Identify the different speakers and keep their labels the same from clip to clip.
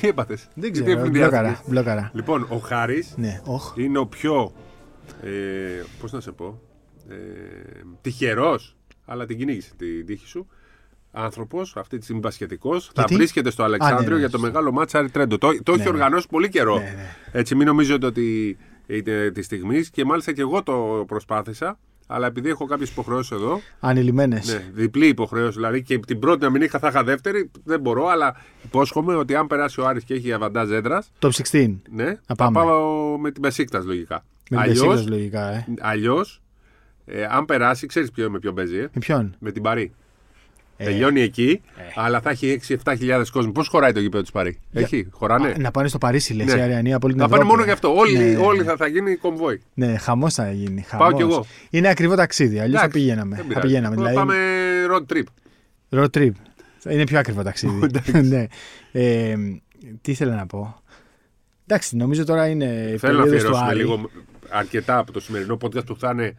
Speaker 1: έπατε.
Speaker 2: Δεν
Speaker 1: Γιατί
Speaker 2: ξέρω.
Speaker 1: ευνηδιάστηκες.
Speaker 2: Ε, Μπλόκαρα. μπλόκαρα.
Speaker 1: Λοιπόν, ο Χάρης
Speaker 2: Ναι, οχ.
Speaker 1: είναι ο πιο. Ε, Πώς να σε πω. Ε, τυχερός, αλλά την κυνήγησε την τύχη σου. Άνθρωπος, αυτή τη στιγμή πασχετικό, θα
Speaker 2: Γιατί?
Speaker 1: βρίσκεται στο
Speaker 2: Α, ναι,
Speaker 1: Αλεξάνδριο
Speaker 2: ναι,
Speaker 1: για το
Speaker 2: σωστά.
Speaker 1: μεγάλο μάτσα Αριθρέντο. Το, το έχει
Speaker 2: ναι.
Speaker 1: οργανώσει πολύ καιρό.
Speaker 2: Ναι, ναι.
Speaker 1: Έτσι, μην νομίζετε ότι είναι της στιγμής και μάλιστα και εγώ το προσπάθησα. Αλλά επειδή έχω κάποιες υποχρεώσεις εδώ,
Speaker 2: Ανηλυμένες.
Speaker 1: ναι, διπλή υποχρέωση δηλαδή και την πρώτη να μην είχα, θα είχα δεύτερη. Δεν μπορώ, αλλά υπόσχομαι ότι αν περάσει ο Άρης και έχει αβαντάζ έδρας,
Speaker 2: Top 16.
Speaker 1: ναι,
Speaker 2: Να
Speaker 1: θα
Speaker 2: πάμε.
Speaker 1: πάω με την Πεσίκτα λογικά.
Speaker 2: Με την Πεσίκτα λογικά, ε.
Speaker 1: αλλιώς, ε, αν περάσει, ξέρεις ποιο, με ποιον παίζει. ε?
Speaker 2: Με ποιον.
Speaker 1: Με την Παρή.
Speaker 2: Ε,
Speaker 1: Τελειώνει εκεί, αλλά θα έχει 6-7 κόσμος. Πώς χωράει το γήπεδο τη Παρή, Έχει, χωράνε.
Speaker 2: Α, Να πάνε στο Παρίσι, λες.
Speaker 1: Ναι.
Speaker 2: Η Αριανή από όλη την
Speaker 1: Θα πάνε
Speaker 2: Ευρώπη.
Speaker 1: μόνο γι' αυτό. Όλοι,
Speaker 2: Ναι,
Speaker 1: όλοι θα, θα γίνει κομβόι.
Speaker 2: Ναι, χαμός θα γίνει.
Speaker 1: Πάω
Speaker 2: χαμός.
Speaker 1: κι εγώ.
Speaker 2: Είναι ακριβό ταξίδι. Αλλιώς θα
Speaker 1: Εντάξει,
Speaker 2: πηγαίναμε.
Speaker 1: δεν
Speaker 2: Θα
Speaker 1: πειράζει.
Speaker 2: πηγαίναμε.
Speaker 1: Θα
Speaker 2: Δηλαδή,
Speaker 1: Πάμε road trip.
Speaker 2: road trip. Είναι πιο ακριβό ταξίδι. ναι. Ε, τι ήθελα να πω. Εντάξει, νομίζω τώρα είναι. η
Speaker 1: Θέλω να
Speaker 2: περίοδος του
Speaker 1: αφιερώσουμε
Speaker 2: Άρη.
Speaker 1: λίγο αρκετά από το σημερινό podcast που θα είναι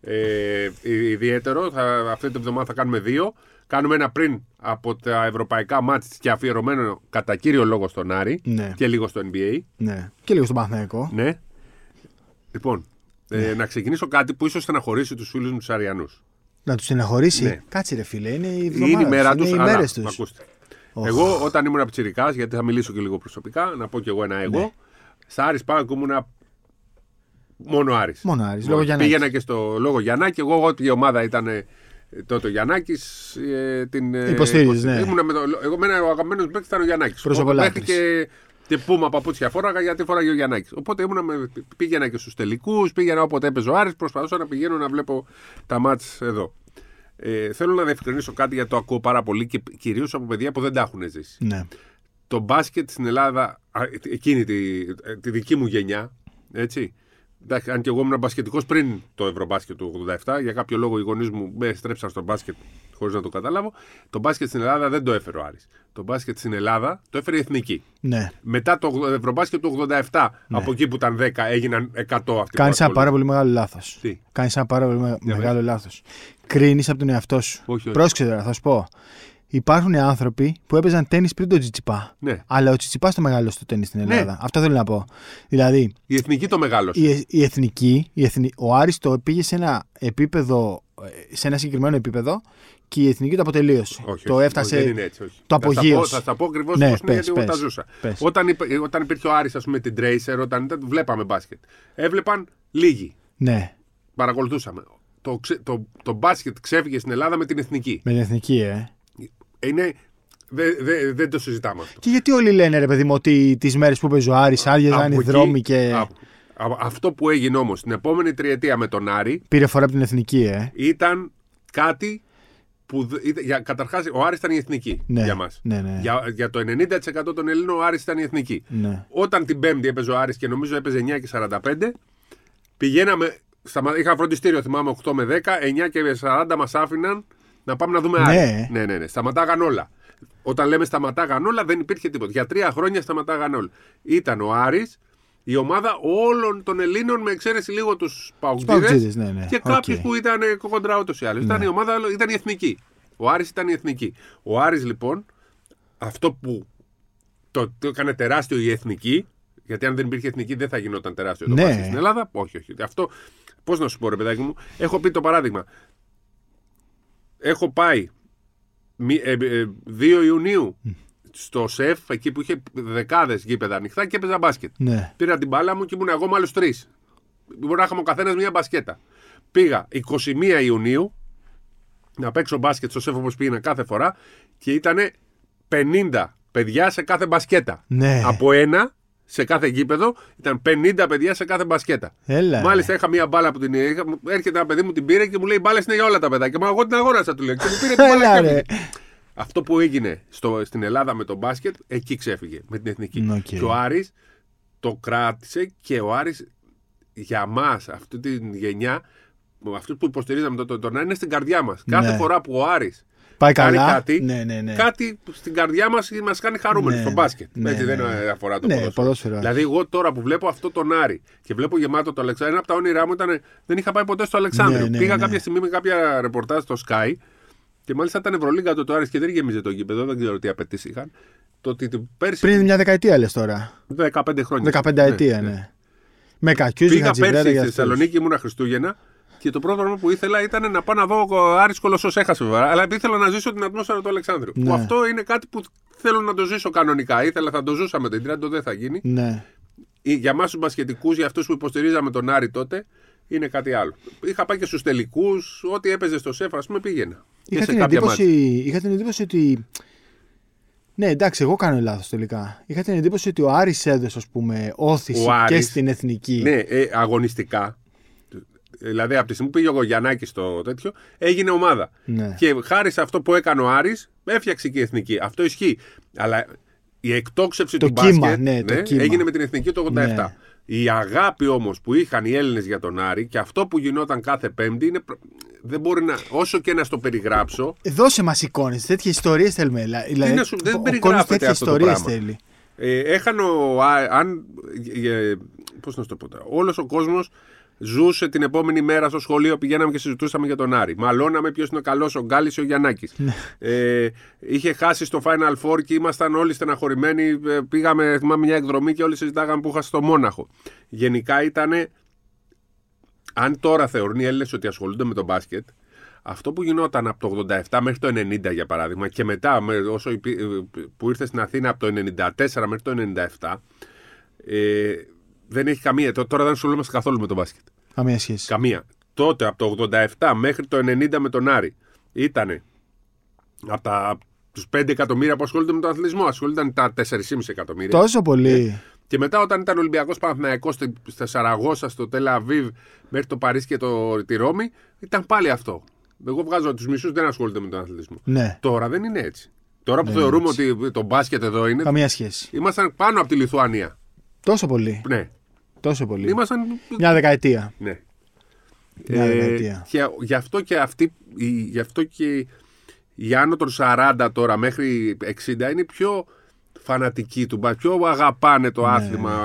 Speaker 1: ε, ιδιαίτερο. Θα, αυτή την εβδομάδα θα κάνουμε δύο. Κάνουμε ένα πριν από τα ευρωπαϊκά μάτς και αφιερωμένο κατά κύριο λόγο στον Άρη
Speaker 2: Ναι.
Speaker 1: και λίγο στο NBA.
Speaker 2: Ναι. Και λίγο στον Παναθηναϊκό.
Speaker 1: Ναι. Λοιπόν, ε,
Speaker 2: Ναι.
Speaker 1: να ξεκινήσω κάτι που ίσως στεναχωρήσει τους φίλους μου τους Αριανούς.
Speaker 2: Να τους στεναχωρήσει.
Speaker 1: Ναι.
Speaker 2: Κάτσε ρε φίλε, είναι η
Speaker 1: Είναι η μέρα
Speaker 2: εβδομάδα
Speaker 1: τους,
Speaker 2: τους, Είναι οι
Speaker 1: αλλά
Speaker 2: μέρες
Speaker 1: μ'
Speaker 2: του.
Speaker 1: ακούστε. Εγώ όταν ήμουν ψηρικά, γιατί θα μιλήσω και λίγο προσωπικά, να πω κι εγώ ένα
Speaker 2: Ναι.
Speaker 1: εγώ. Στα Άρης Πάγκο ήμουνα μόνο Άρης.
Speaker 2: Μόνο Άρης, λόγω Γιαννάκης.
Speaker 1: Πήγαινα και στο λόγο Γιαννάκη. Εγώ, ό,τι η ομάδα ήταν ε, τότε ο Γιαννάκης, την. ε,
Speaker 2: Υποστήριζες,
Speaker 1: υποστη-
Speaker 2: ναι.
Speaker 1: Ήμουνα με το, εγώ, μένα ο αγαπημένος μου παίκτης ήταν ο Γιαννάκης.
Speaker 2: Προσωπολάτρης.
Speaker 1: και, και πούμα παπούτσια φόραγα γιατί φοράγε ο Γιαννάκης. Οπότε ήμουνα με, πήγαινα και στους τελικούς, πήγαινα όποτε έπαιζε ο Άρης, προσπαθούσα να πηγαίνω να βλέπω τα μάτς εδώ. Ε, θέλω να διευκρινίσω κάτι γιατί το ακούω πάρα πολύ και κυρίως από παιδιά που δεν τα έχουν ζήσει.
Speaker 2: Ναι.
Speaker 1: Το μπάσκετ στην Ελλάδα, α, ε, εκείνη τη, ε, τη δική μου γενιά, έτσι. Εντάξει, αν και εγώ ήμουν μπασκετικός πριν το Ευρωμπάσκετ του 87, για κάποιο λόγο οι γονείς μου με στρέψαν στο μπάσκετ χωρίς να το καταλάβω. Το μπάσκετ στην Ελλάδα δεν το έφερε ο Άρης. Το μπάσκετ στην Ελλάδα το έφερε η εθνική.
Speaker 2: ναι.
Speaker 1: Μετά το ογδο- Ευρωμπάσκετ του 87, από εκεί που ήταν 10, έγιναν 100 αυτοί.
Speaker 2: Κάνεις ένα
Speaker 1: που
Speaker 2: πάρα πολύ μεγάλο λάθος.
Speaker 1: Τι?
Speaker 2: Κάνεις ένα πάρα πολύ με- μεγάλο λάθος. Κρίνεις από τον εαυτό σου.
Speaker 1: Όχι, όχι.
Speaker 2: Πρόσεξε τώρα, θα σου πω. Υπάρχουν άνθρωποι που έπαιζαν τέννη πριν τον Τσιτσιπά.
Speaker 1: Ναι.
Speaker 2: Αλλά ο Τσιτσιπά το μεγάλος στο τέννη στην Ελλάδα. Αυτό θέλω να πω. Δηλαδή,
Speaker 1: Η εθνική το μεγάλωσε.
Speaker 2: η, η εθνική, η εθνη- ο Άριστο πήγε σε ένα επίπεδο, ε, σε ένα συγκεκριμένο επίπεδο και η εθνική το αποτελείωσε.
Speaker 1: Όχι,
Speaker 2: το
Speaker 1: όχι,
Speaker 2: έφτασε.
Speaker 1: όχι, δεν είναι έτσι, όχι.
Speaker 2: Το
Speaker 1: Θα στα πω-
Speaker 2: απογείωσε.
Speaker 1: Θα τα πω ακριβώς
Speaker 2: Ναι,
Speaker 1: πώς είναι,
Speaker 2: πες,
Speaker 1: γιατί εγώ
Speaker 2: πες,
Speaker 1: τα ζούσα.
Speaker 2: πες.
Speaker 1: Όταν, υπε- όταν υπήρχε ο Άρης, ας πούμε, την Tracer, όταν ήταν, βλέπαμε μπάσκετ. Έβλεπαν λίγοι.
Speaker 2: Ναι,
Speaker 1: Παρακολουθούσαμε. Το, ξε- το, το μπάσκετ ξέφυγε στην Ελλάδα με την εθνική.
Speaker 2: με την εθνική, ε.
Speaker 1: Είναι, δε- δε- δεν το συζητάμε αυτό.
Speaker 2: Και γιατί όλοι λένε ρε παιδί μου ότι τις μέρες που παίζει ο Άρης άδειαζαν
Speaker 1: Από
Speaker 2: οι
Speaker 1: εκεί-
Speaker 2: δρόμοι και.
Speaker 1: από- από- αυτό που έγινε όμως την επόμενη τριετία με τον Άρη
Speaker 2: Πήρε φορά από την εθνική, ε.
Speaker 1: ήταν κάτι που. δ- ήταν- Για, καταρχάς, ο Άρης ήταν η εθνική
Speaker 2: Ναι,
Speaker 1: για μας.
Speaker 2: ναι, ναι.
Speaker 1: Για, για το 90% των Ελλήνων, ο Άρης ήταν η εθνική.
Speaker 2: Ναι.
Speaker 1: Όταν την Πέμπτη έπαιζε ο Άρης και νομίζω έπαιζε 9 και 45, πηγαίναμε. σταμα- Είχα φροντιστήριο, θυμάμαι 8 με 10, 9 και 40 μας άφηναν να πάμε να δούμε
Speaker 2: Ναι.
Speaker 1: Άρη. Ναι, ναι, ναι. Σταματάγαν όλα. Όταν λέμε σταματάγαν όλα, δεν υπήρχε τίποτα. Για τρία χρόνια σταματάγαν όλα. Ήταν ο Άρης, η ομάδα όλων των Ελλήνων, με εξαίρεση λίγο τους
Speaker 2: Παουτζίδες,
Speaker 1: Παουτζίδες
Speaker 2: ναι, ναι.
Speaker 1: και κάποιου
Speaker 2: Οκ. Ναι.
Speaker 1: που ήταν ε, κοντρά ούτως ή άλλως. Ήταν η ομάδα, ήταν η εθνική. Ο Άρης ήταν η εθνική. Ο Άρης λοιπόν, αυτό που το, το έκανε τεράστιο η εθνική, γιατί αν δεν υπήρχε εθνική δεν θα γινόταν τεράστιο το
Speaker 2: Ναι.
Speaker 1: ναι. στην Ελλάδα. Όχι, όχι. Αυτό, πώς να σου πω, ρε παιδάκι μου, έχω πει το παράδειγμα. Έχω πάει μη- ε, ε, 2 Ιουνίου στο ΣΕΦ, εκεί που είχε δεκάδες γήπεδα ανοιχτά και έπαιζα μπάσκετ.
Speaker 2: Ναι.
Speaker 1: Πήρα την μπάλα μου και ήμουν εγώ με άλλους τρεις. Μπορεί να είχαμε ο καθένας μία μπασκέτα. Πήγα 21 Ιουνίου να παίξω μπάσκετ στο σεφ όπως πήγαινα κάθε φορά και ήταν 50 παιδιά σε κάθε μπασκέτα.
Speaker 2: Ναι.
Speaker 1: Από ένα σε κάθε γήπεδο ήταν 50 παιδιά σε κάθε μπασκέτα.
Speaker 2: Έλα. ρε.
Speaker 1: Μάλιστα είχα μία μπάλα που την είχα. μου- Έρχεται ένα παιδί μου την πήρε και μου λέει: Μπάλες είναι για όλα τα παιδάκια. Μα εγώ την αγόρασα, του λέω. Και μου πήρε την μπάλα
Speaker 2: Έλα,
Speaker 1: και
Speaker 2: ρε.
Speaker 1: έφυγε. Αυτό που έγινε στο, στην Ελλάδα με τον μπάσκετ, εκεί ξέφυγε με την εθνική.
Speaker 2: Οκ.
Speaker 1: Και ο Άρης το κράτησε και ο Άρης για μας αυτή την γενιά, αυτούς που υποστηρίζαμε τότε τον Τονά, είναι στην καρδιά μας. Κάθε
Speaker 2: Ναι.
Speaker 1: φορά που ο Άρης
Speaker 2: Πάει
Speaker 1: κάνει
Speaker 2: καλά.
Speaker 1: κάτι,
Speaker 2: Ναι, ναι, ναι.
Speaker 1: κάτι στην καρδιά μας μας κάνει χαρούμενοι
Speaker 2: Ναι,
Speaker 1: στο
Speaker 2: ναι.
Speaker 1: μπάσκετ.
Speaker 2: Ναι,
Speaker 1: Έτσι
Speaker 2: ναι,
Speaker 1: δεν
Speaker 2: ναι.
Speaker 1: αφορά το
Speaker 2: Ναι,
Speaker 1: ποδόσφαιρο.
Speaker 2: ποδόσφαιρο.
Speaker 1: Δηλαδή εγώ τώρα που βλέπω αυτό τον Άρη και βλέπω γεμάτο το Αλεξάνδριο, ένα από τα όνειρά μου ήταν δεν είχα πάει ποτέ στο Αλεξάνδριο.
Speaker 2: Ναι, ναι,
Speaker 1: Πήγα
Speaker 2: ναι.
Speaker 1: κάποια στιγμή με κάποια ρεπορτάζ στο Sky και μάλιστα ήταν Ευρωλίγκα τότε το Άρης και δεν γεμίζε το γήπεδο, δεν ξέρω τι απαιτήσεις είχαν. Το ότι πέρσι.
Speaker 2: Πριν μια δεκαετία λες
Speaker 1: Ναι,
Speaker 2: τώρα.
Speaker 1: 15 χρόνια.
Speaker 2: 15 ετία, ναι. Με κακιού
Speaker 1: Πήγα πέρσι στη Θεσσαλονίκη, ήμουνα Χριστούγεννα και το πρώτο πράγμα που ήθελα ήταν να πάω να δω ο Άρης Κολοσσός έχασε βέβαια, αλλά ήθελα να ζήσω την ατμόσφαιρα του Αλεξάνδρου.
Speaker 2: Ναι.
Speaker 1: Που αυτό είναι κάτι που θέλω να το ζήσω κανονικά. Ήθελα, θα το ζούσα με την Τρέντο, δεν θα γίνει.
Speaker 2: Ναι.
Speaker 1: Ή Για εμά τους μπασκετικούς, για αυτούς που υποστηρίζαμε τον Άρη τότε, είναι κάτι άλλο. Είχα πάει και στους τελικούς, ό,τι έπαιζε στο σεφ, ας πούμε πήγαινα. Και
Speaker 2: Είχα
Speaker 1: σε
Speaker 2: την,
Speaker 1: κάποια
Speaker 2: εντύπωση,
Speaker 1: μάτια.
Speaker 2: είχα την εντύπωση ότι. Ναι, εντάξει, εγώ κάνω λάθος τελικά. Είχα την εντύπωση ότι ο Άρης έδωσε, ας πούμε, όθηση
Speaker 1: Ο
Speaker 2: και
Speaker 1: Άρης,
Speaker 2: στην εθνική.
Speaker 1: Ναι, ε, αγωνιστικά. Δηλαδή από τη στιγμή που πήγε ο Γιαννάκη στο τέτοιο, έγινε ομάδα.
Speaker 2: Ναι.
Speaker 1: Και χάρη σε αυτό που έκανε ο Άρης, έφτιαξε και η εθνική. Αυτό ισχύει. Αλλά η εκτόξευση
Speaker 2: Το
Speaker 1: του
Speaker 2: κύμα,
Speaker 1: μπάσκετ
Speaker 2: ναι, το κύμα.
Speaker 1: έγινε με την εθνική το 87.
Speaker 2: Ναι.
Speaker 1: Η αγάπη όμως που είχαν οι Έλληνες για τον Άρη και αυτό που γινόταν κάθε Πέμπτη είναι. προ- Δεν μπορεί να. Όσο και να στο περιγράψω,
Speaker 2: Δώσε μας εικόνες, τέτοιες ιστορίες θέλουμε. Λα- Δηλαδή,
Speaker 1: να σου- δεν
Speaker 2: ο- ο
Speaker 1: περιγράφεται
Speaker 2: κόσμος τέτοιες
Speaker 1: αυτό το
Speaker 2: ιστορίες
Speaker 1: πράγμα.
Speaker 2: θέλει.
Speaker 1: Ε, έχανε ο Α- αν, ε, ε, πώς να σου το πω τώρα. Όλος ο κόσμος ζούσε την επόμενη μέρα στο σχολείο, πηγαίναμε και συζητούσαμε για τον Άρη. Μαλώναμε ποιος είναι ο καλός, ο Γκάλης ή ο Γιαννάκης. ε, είχε χάσει στο Final Four και ήμασταν όλοι στεναχωρημένοι. Ε, Πήγαμε, θυμάμαι, μια εκδρομή και όλοι συζητάγαμε που είχα στο Μόναχο. Γενικά ήταν αν τώρα θεωρούν οι Έλληνες ότι ασχολούνται με τον μπάσκετ, αυτό που γινόταν από το 87 μέχρι το 90 για παράδειγμα και μετά με- όσο υπή- ε, που ήρθε στην Αθήνα από το 94 μέχρι το 97 ε, δεν έχει καμία. τω- Τώρα δεν ασχολούμαστε καθόλου με τον μπάσκετ.
Speaker 2: Καμία σχέση.
Speaker 1: Καμία. Τότε από το 87 μέχρι το 90 με τον Άρη ήταν από τα απ' τους 5 εκατομμύρια που ασχολούνται με τον αθλητισμό, ασχολούνταν τα 4,5 εκατομμύρια.
Speaker 2: Τόσο πολύ.
Speaker 1: Και μετά όταν ήταν Ολυμπιακός Παναθυναϊκό στα Σαραγώσα, στο Τελαβίβ, μέχρι το Παρίσι και το, τη Ρώμη, ήταν πάλι αυτό. Εγώ βγάζω τους μισούς, δεν ασχολούνται με τον αθλητισμό.
Speaker 2: Ναι,
Speaker 1: Τώρα δεν είναι έτσι. Τώρα που θεωρούμε ότι το μπάσκετ εδώ είναι.
Speaker 2: καμία σχέση.
Speaker 1: Ήμασταν πάνω από τη Λιθουανία.
Speaker 2: Τόσο πολύ.
Speaker 1: Ναι.
Speaker 2: Τόσο πολύ.
Speaker 1: Ήμασταν.
Speaker 2: Μια δεκαετία.
Speaker 1: Ναι. Ε,
Speaker 2: Μια δεκαετία.
Speaker 1: και γι' αυτό και αυτή. η- Γι' αυτό και οι άνω των 40 τώρα μέχρι 60 είναι πιο φανατικοί του μπάσκετ. Πιο αγαπάνε το άθλημα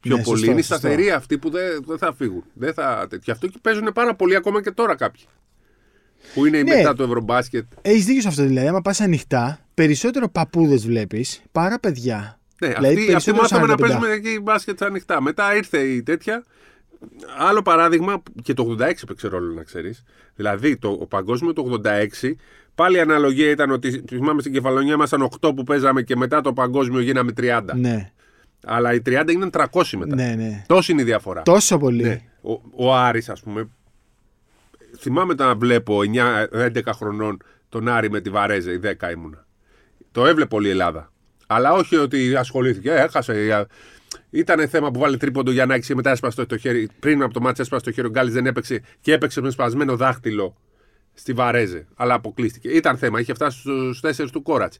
Speaker 1: πιο
Speaker 2: Ναι,
Speaker 1: πολύ.
Speaker 2: σωστό,
Speaker 1: είναι οι
Speaker 2: σωστό.
Speaker 1: σταθεροί αυτοί που δεν, δεν θα φύγουν. Δεν θα, γι' αυτό και παίζουν πάρα πολύ ακόμα και τώρα κάποιοι. Που είναι
Speaker 2: Ναι.
Speaker 1: μετά το ευρωμπάσκετ.
Speaker 2: Έχεις δίκιο σε αυτό δηλαδή. Άμα πας ανοιχτά, περισσότερο παππούδες βλέπεις παρά παιδιά.
Speaker 1: Ναι,
Speaker 2: Δηλαδή,
Speaker 1: αυτοί, αυτοί
Speaker 2: περισσότερο
Speaker 1: μάθαμε να
Speaker 2: 45.
Speaker 1: παίζουμε εκεί μπάσκετ στα ανοιχτά. Μετά ήρθε η τέτοια. Άλλο παράδειγμα, και το 86 παίξε ρόλο να ξέρεις. Δηλαδή, το, ο παγκόσμιο το 86, πάλι η αναλογία ήταν ότι θυμάμαι στην κεφαλονιά ήμασταν 8 που παίζαμε και μετά το παγκόσμιο γίναμε 30.
Speaker 2: Ναι,
Speaker 1: Αλλά οι 30 γίναν 300 μετά.
Speaker 2: ναι, ναι.
Speaker 1: Τόση είναι η διαφορά.
Speaker 2: Τόσο πολύ.
Speaker 1: Ναι. Ο, ο Άρης ας πούμε Θυμάμαι το να βλέπω 9-11 χρονών Τον Άρη με τη Βαρέζε Η 10 ήμουνα Το έβλεπε όλη η Ελλάδα Αλλά όχι ότι ασχολήθηκε ε, Έχασε ήταν θέμα που βάλε τρίποντο για να και μετά έσπασε το χέρι. Πριν από το μάτσο έσπασε το χέρι, ο Γκάλι δεν έπαιξε και έπαιξε με σπασμένο δάχτυλο στη Βαρέζε. Αλλά αποκλείστηκε. Ήταν θέμα, είχε φτάσει στους τέσσερις του Κόρατ.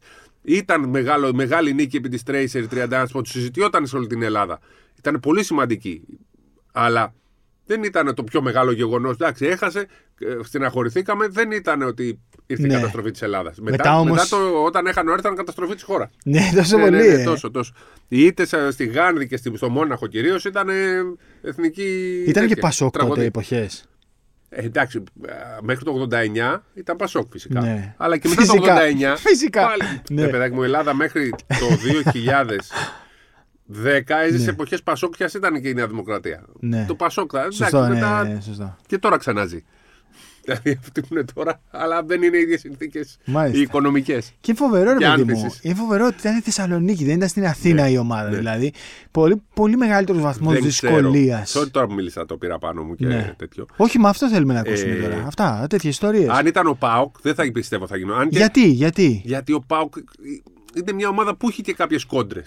Speaker 1: Ήταν μεγάλο, μεγάλη νίκη επί της Τρέισερ 31 που συζητιόταν σε όλη την Ελλάδα. Ήταν πολύ σημαντική. Αλλά δεν ήταν το πιο μεγάλο γεγονός. Εντάξει, έχασε, ε, στεναχωρηθήκαμε. Δεν ήταν ότι ήρθε
Speaker 2: Ναι.
Speaker 1: η καταστροφή της Ελλάδας. Μετά,
Speaker 2: Μετά όμως-
Speaker 1: το, όταν έχανε ο Άρης, ήταν καταστροφή της χώρας.
Speaker 2: Ναι, τόσο
Speaker 1: Ναι,
Speaker 2: πολύ.
Speaker 1: ναι, ναι,
Speaker 2: ε.
Speaker 1: τόσο, τόσο. Οι ήττες στη Γάνδη και στη- στο Μόναχο κυρίως ήταν ε, εθνική.
Speaker 2: Ήταν και
Speaker 1: τέτοια,
Speaker 2: πασόκ τότε
Speaker 1: τραγωδία.
Speaker 2: εποχές.
Speaker 1: Ε, εντάξει, α, μέχρι το 89 ήταν Πασόκ φυσικά.
Speaker 2: Ναι.
Speaker 1: Αλλά και μετά
Speaker 2: Φυσικά.
Speaker 1: το 89.
Speaker 2: Φυσικά.
Speaker 1: Πάλι,
Speaker 2: Ναι.
Speaker 1: ναι. παιδάκι μου, η Ελλάδα μέχρι το 2010 έζησε εποχές Πασόκ και ας ήταν και η Νέα Δημοκρατία.
Speaker 2: Ναι.
Speaker 1: Το Πασόκ. δηλαδή, Εντάξει,
Speaker 2: Σωστό, ναι,
Speaker 1: μετά,
Speaker 2: ναι, σωστό.
Speaker 1: Και τώρα ξανά ζει. Δηλαδή αυτοί που είναι τώρα, αλλά δεν είναι οι ίδιες συνθήκες οι
Speaker 2: Μάλιστα.
Speaker 1: οικονομικές.
Speaker 2: Και είναι φοβερό,
Speaker 1: Και
Speaker 2: ρε παιδί μου.
Speaker 1: άνθησης.
Speaker 2: Είναι φοβερό ότι ήταν η Θεσσαλονίκη, δεν ήταν στην
Speaker 1: Ναι,
Speaker 2: Αθήνα η ομάδα. Δηλαδή, πολύ, πολύ μεγαλύτερος βαθμός δυσκολίας.
Speaker 1: Sorry τώρα που μίλησα, το πήρα πάνω μου και
Speaker 2: Ναι.
Speaker 1: τέτοιο.
Speaker 2: Όχι, μα αυτό θέλουμε να ακούσουμε
Speaker 1: Ε,
Speaker 2: τώρα. Αυτά, τέτοιες ιστορίες.
Speaker 1: Αν ήταν ο Πάοκ, δεν θα πιστεύω θα γινόταν. Αν και-
Speaker 2: Γιατί, γιατί.
Speaker 1: Γιατί ο Πάοκ είναι μια ομάδα που έχει και κάποιες κόντρες.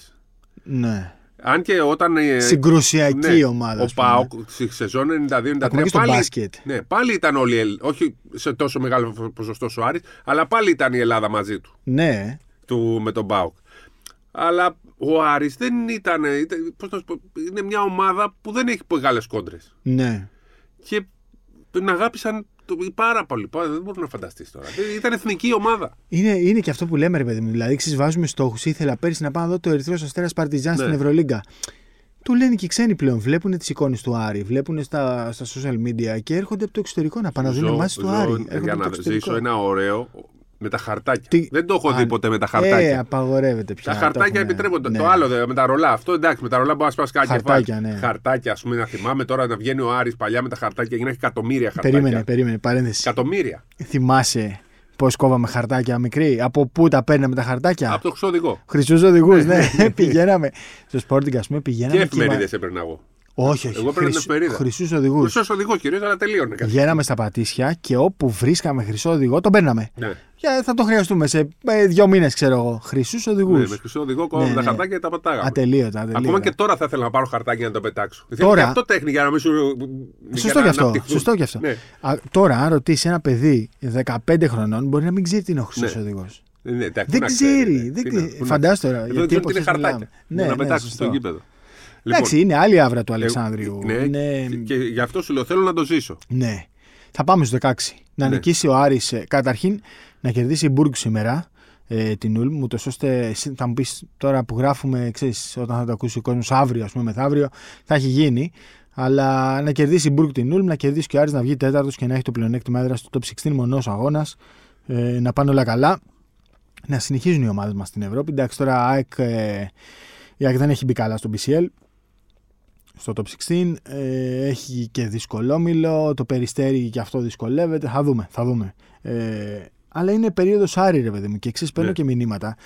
Speaker 2: Ναι.
Speaker 1: Αν και όταν. ε,
Speaker 2: Συγκρουσιακή
Speaker 1: ναι,
Speaker 2: ομάδα.
Speaker 1: Ο
Speaker 2: ας πούμε.
Speaker 1: Πάοκ στη σεζόν 92-93.
Speaker 2: Ακόμα και στο
Speaker 1: πάλι,
Speaker 2: μπάσκετ.
Speaker 1: ναι, πάλι ήταν όλοι. οι Ελλ- Όχι σε τόσο μεγάλο ποσοστό ο Άρης, αλλά πάλι ήταν η Ελλάδα μαζί του,
Speaker 2: Ναι.
Speaker 1: του με τον Πάοκ. Αλλά ο Άρης δεν ήταν. ήταν- πώς να σου πω, είναι μια ομάδα που δεν έχει μεγάλες κόντρες.
Speaker 2: Ναι.
Speaker 1: Και την αγάπησαν το- πάρα πολύ. Πάρα- Δεν μπορείς να φανταστείς τώρα. Δεν- Ήταν εθνική ομάδα.
Speaker 2: Είναι, είναι και αυτό που λέμε, ρε παιδί μου. Δηλαδή, ξέρεις, βάζουμε στόχους. Ήθελα πέρυσι να πάω να δω το Ερυθρός Αστέρας Παρτιζάν στην
Speaker 1: Ναι.
Speaker 2: Ευρωλίγκα. Το λένε και οι ξένοι πλέον. Βλέπουν τις εικόνες του Άρη, βλέπουν στα, στα social media και έρχονται από το εξωτερικό να πάνε να δουν εμά του
Speaker 1: ζω- ε,
Speaker 2: Άρη.
Speaker 1: για
Speaker 2: Έρχονται από
Speaker 1: να
Speaker 2: το εξωτερικό.
Speaker 1: ζήσω ένα ωραίο. Με τα χαρτάκια.
Speaker 2: Τι-
Speaker 1: Δεν το έχω
Speaker 2: Α,
Speaker 1: δει ποτέ με τα
Speaker 2: Ε,
Speaker 1: χαρτάκια.
Speaker 2: απαγορεύεται πια.
Speaker 1: τα
Speaker 2: το
Speaker 1: χαρτάκια
Speaker 2: έχουμε-
Speaker 1: επιτρέπονται.
Speaker 2: ναι.
Speaker 1: Το άλλο δε, με τα ρολά. Αυτό εντάξει, με τα ρολά μπορείς να σπάσει κάτι.
Speaker 2: Χαρτάκια,
Speaker 1: κεφάλι.
Speaker 2: ναι.
Speaker 1: Χαρτάκια, ας πούμε, να θυμάμαι τώρα να βγαίνει ο Άρης παλιά με τα χαρτάκια και να έχει εκατομμύρια χαρτάκια.
Speaker 2: Περίμενε, περίμενε, παρένθεση.
Speaker 1: Εκατομμύρια.
Speaker 2: Θυμάσαι πώς κόβαμε χαρτάκια μικρή, από πού τα παίρναμε τα χαρτάκια.
Speaker 1: Από το χρυσό οδηγό.
Speaker 2: Χρυσούς οδηγούς, ναι. πηγαίναμε. Στο Sporting, ας πούμε, πηγαίναμε.
Speaker 1: Και
Speaker 2: και μα-
Speaker 1: εφημερίδε έπαιρνα εγώ.
Speaker 2: Όχι, όχι.
Speaker 1: Εγώ παίρνω εφημερίδα.
Speaker 2: Χρυσούς οδηγούς.
Speaker 1: Χρυσό οδηγό κυρίως, αλλά τελείωνε κάτι.
Speaker 2: Πηγαίναμε στα πατήσια και όπου βρίσκαμε χρυσό οδηγό, τον παίρναμε.
Speaker 1: Ναι.
Speaker 2: Για, θα το χρειαστούμε σε ε, δύο μήνες, ξέρω εγώ. Χρυσούς οδηγού.
Speaker 1: Ναι, με χρυσό οδηγό κόβαμε
Speaker 2: Ναι,
Speaker 1: τα
Speaker 2: ναι.
Speaker 1: χαρτάκια και τα πατάγαμε.
Speaker 2: ατελείωτα, ατελείωτα.
Speaker 1: Ακόμα και τώρα θα ήθελα να πάρω χαρτάκια να το πετάξω. Θέλω
Speaker 2: Τώρα-
Speaker 1: Και αυτό τέχνη για να μην σου. για
Speaker 2: Σωστό
Speaker 1: να
Speaker 2: και αυτό.
Speaker 1: αναπτυχθούν.
Speaker 2: Σωστό και αυτό.
Speaker 1: Ναι.
Speaker 2: Α, τώρα, αν ρωτήσεις ένα παιδί 15 χρονών, μπορεί να μην ξέρει τι είναι ο χρυσός
Speaker 1: Ναι.
Speaker 2: οδηγός.
Speaker 1: Ε, ναι, εντάξει,
Speaker 2: Δεν
Speaker 1: να
Speaker 2: ξέρει.
Speaker 1: ναι.
Speaker 2: Δεν
Speaker 1: Τι να-
Speaker 2: ξέρει.
Speaker 1: πού να-
Speaker 2: Φαντάζομαι τώρα.
Speaker 1: Εδώ
Speaker 2: γιατί
Speaker 1: δεν ξέρουν τι
Speaker 2: εποχές
Speaker 1: είναι χαρτάκια.
Speaker 2: μιλάμε.
Speaker 1: Ναι, να πετάξουν
Speaker 2: σωστό.
Speaker 1: στο γήπεδο.
Speaker 2: Εντάξει, είναι άλλη άβρα του Αλεξάνδριου.
Speaker 1: Λοιπόν, Ναι,
Speaker 2: Ναι,
Speaker 1: και- και γι' αυτό σου λέω θέλω να το ζήσω.
Speaker 2: ναι. Θα πάμε στο 16. Να
Speaker 1: Ναι.
Speaker 2: νικήσει ο Άρης. ε, Καταρχήν, να κερδίσει η Μπουργκ σήμερα ε, την Ουλμ, ούτως ώστε εσύ θα μου πεις τώρα που γράφουμε, ξέρεις, όταν θα το ακούσει ο κόσμος αύριο, ας πούμε, μεθαύριο, θα έχει γίνει. Αλλά να κερδίσει η Μπουργκ την Ουλμ, να κερδίσει και ο Άρης να βγει τέταρτος και να έχει το πλεονέκτημα έδρας στο top 16 μονός αγώνας. Ε, να πάνε όλα καλά. Να Ναι, συνεχίζουν οι ομάδες μας στην Ευρώπη. Εντάξει, τώρα ΑΕΚ, ε, η ΑΕΚ δεν έχει μπει καλά στο BCL. Στο top 16 ε, έχει και δυσκολόμηλο, το περιστέρι και αυτό δυσκολεύεται. Θα δούμε, θα δούμε. Ε, αλλά είναι περίοδος άρη, ρε παιδί μου. Και εξή παίρνω
Speaker 1: Ναι.
Speaker 2: και μηνύματα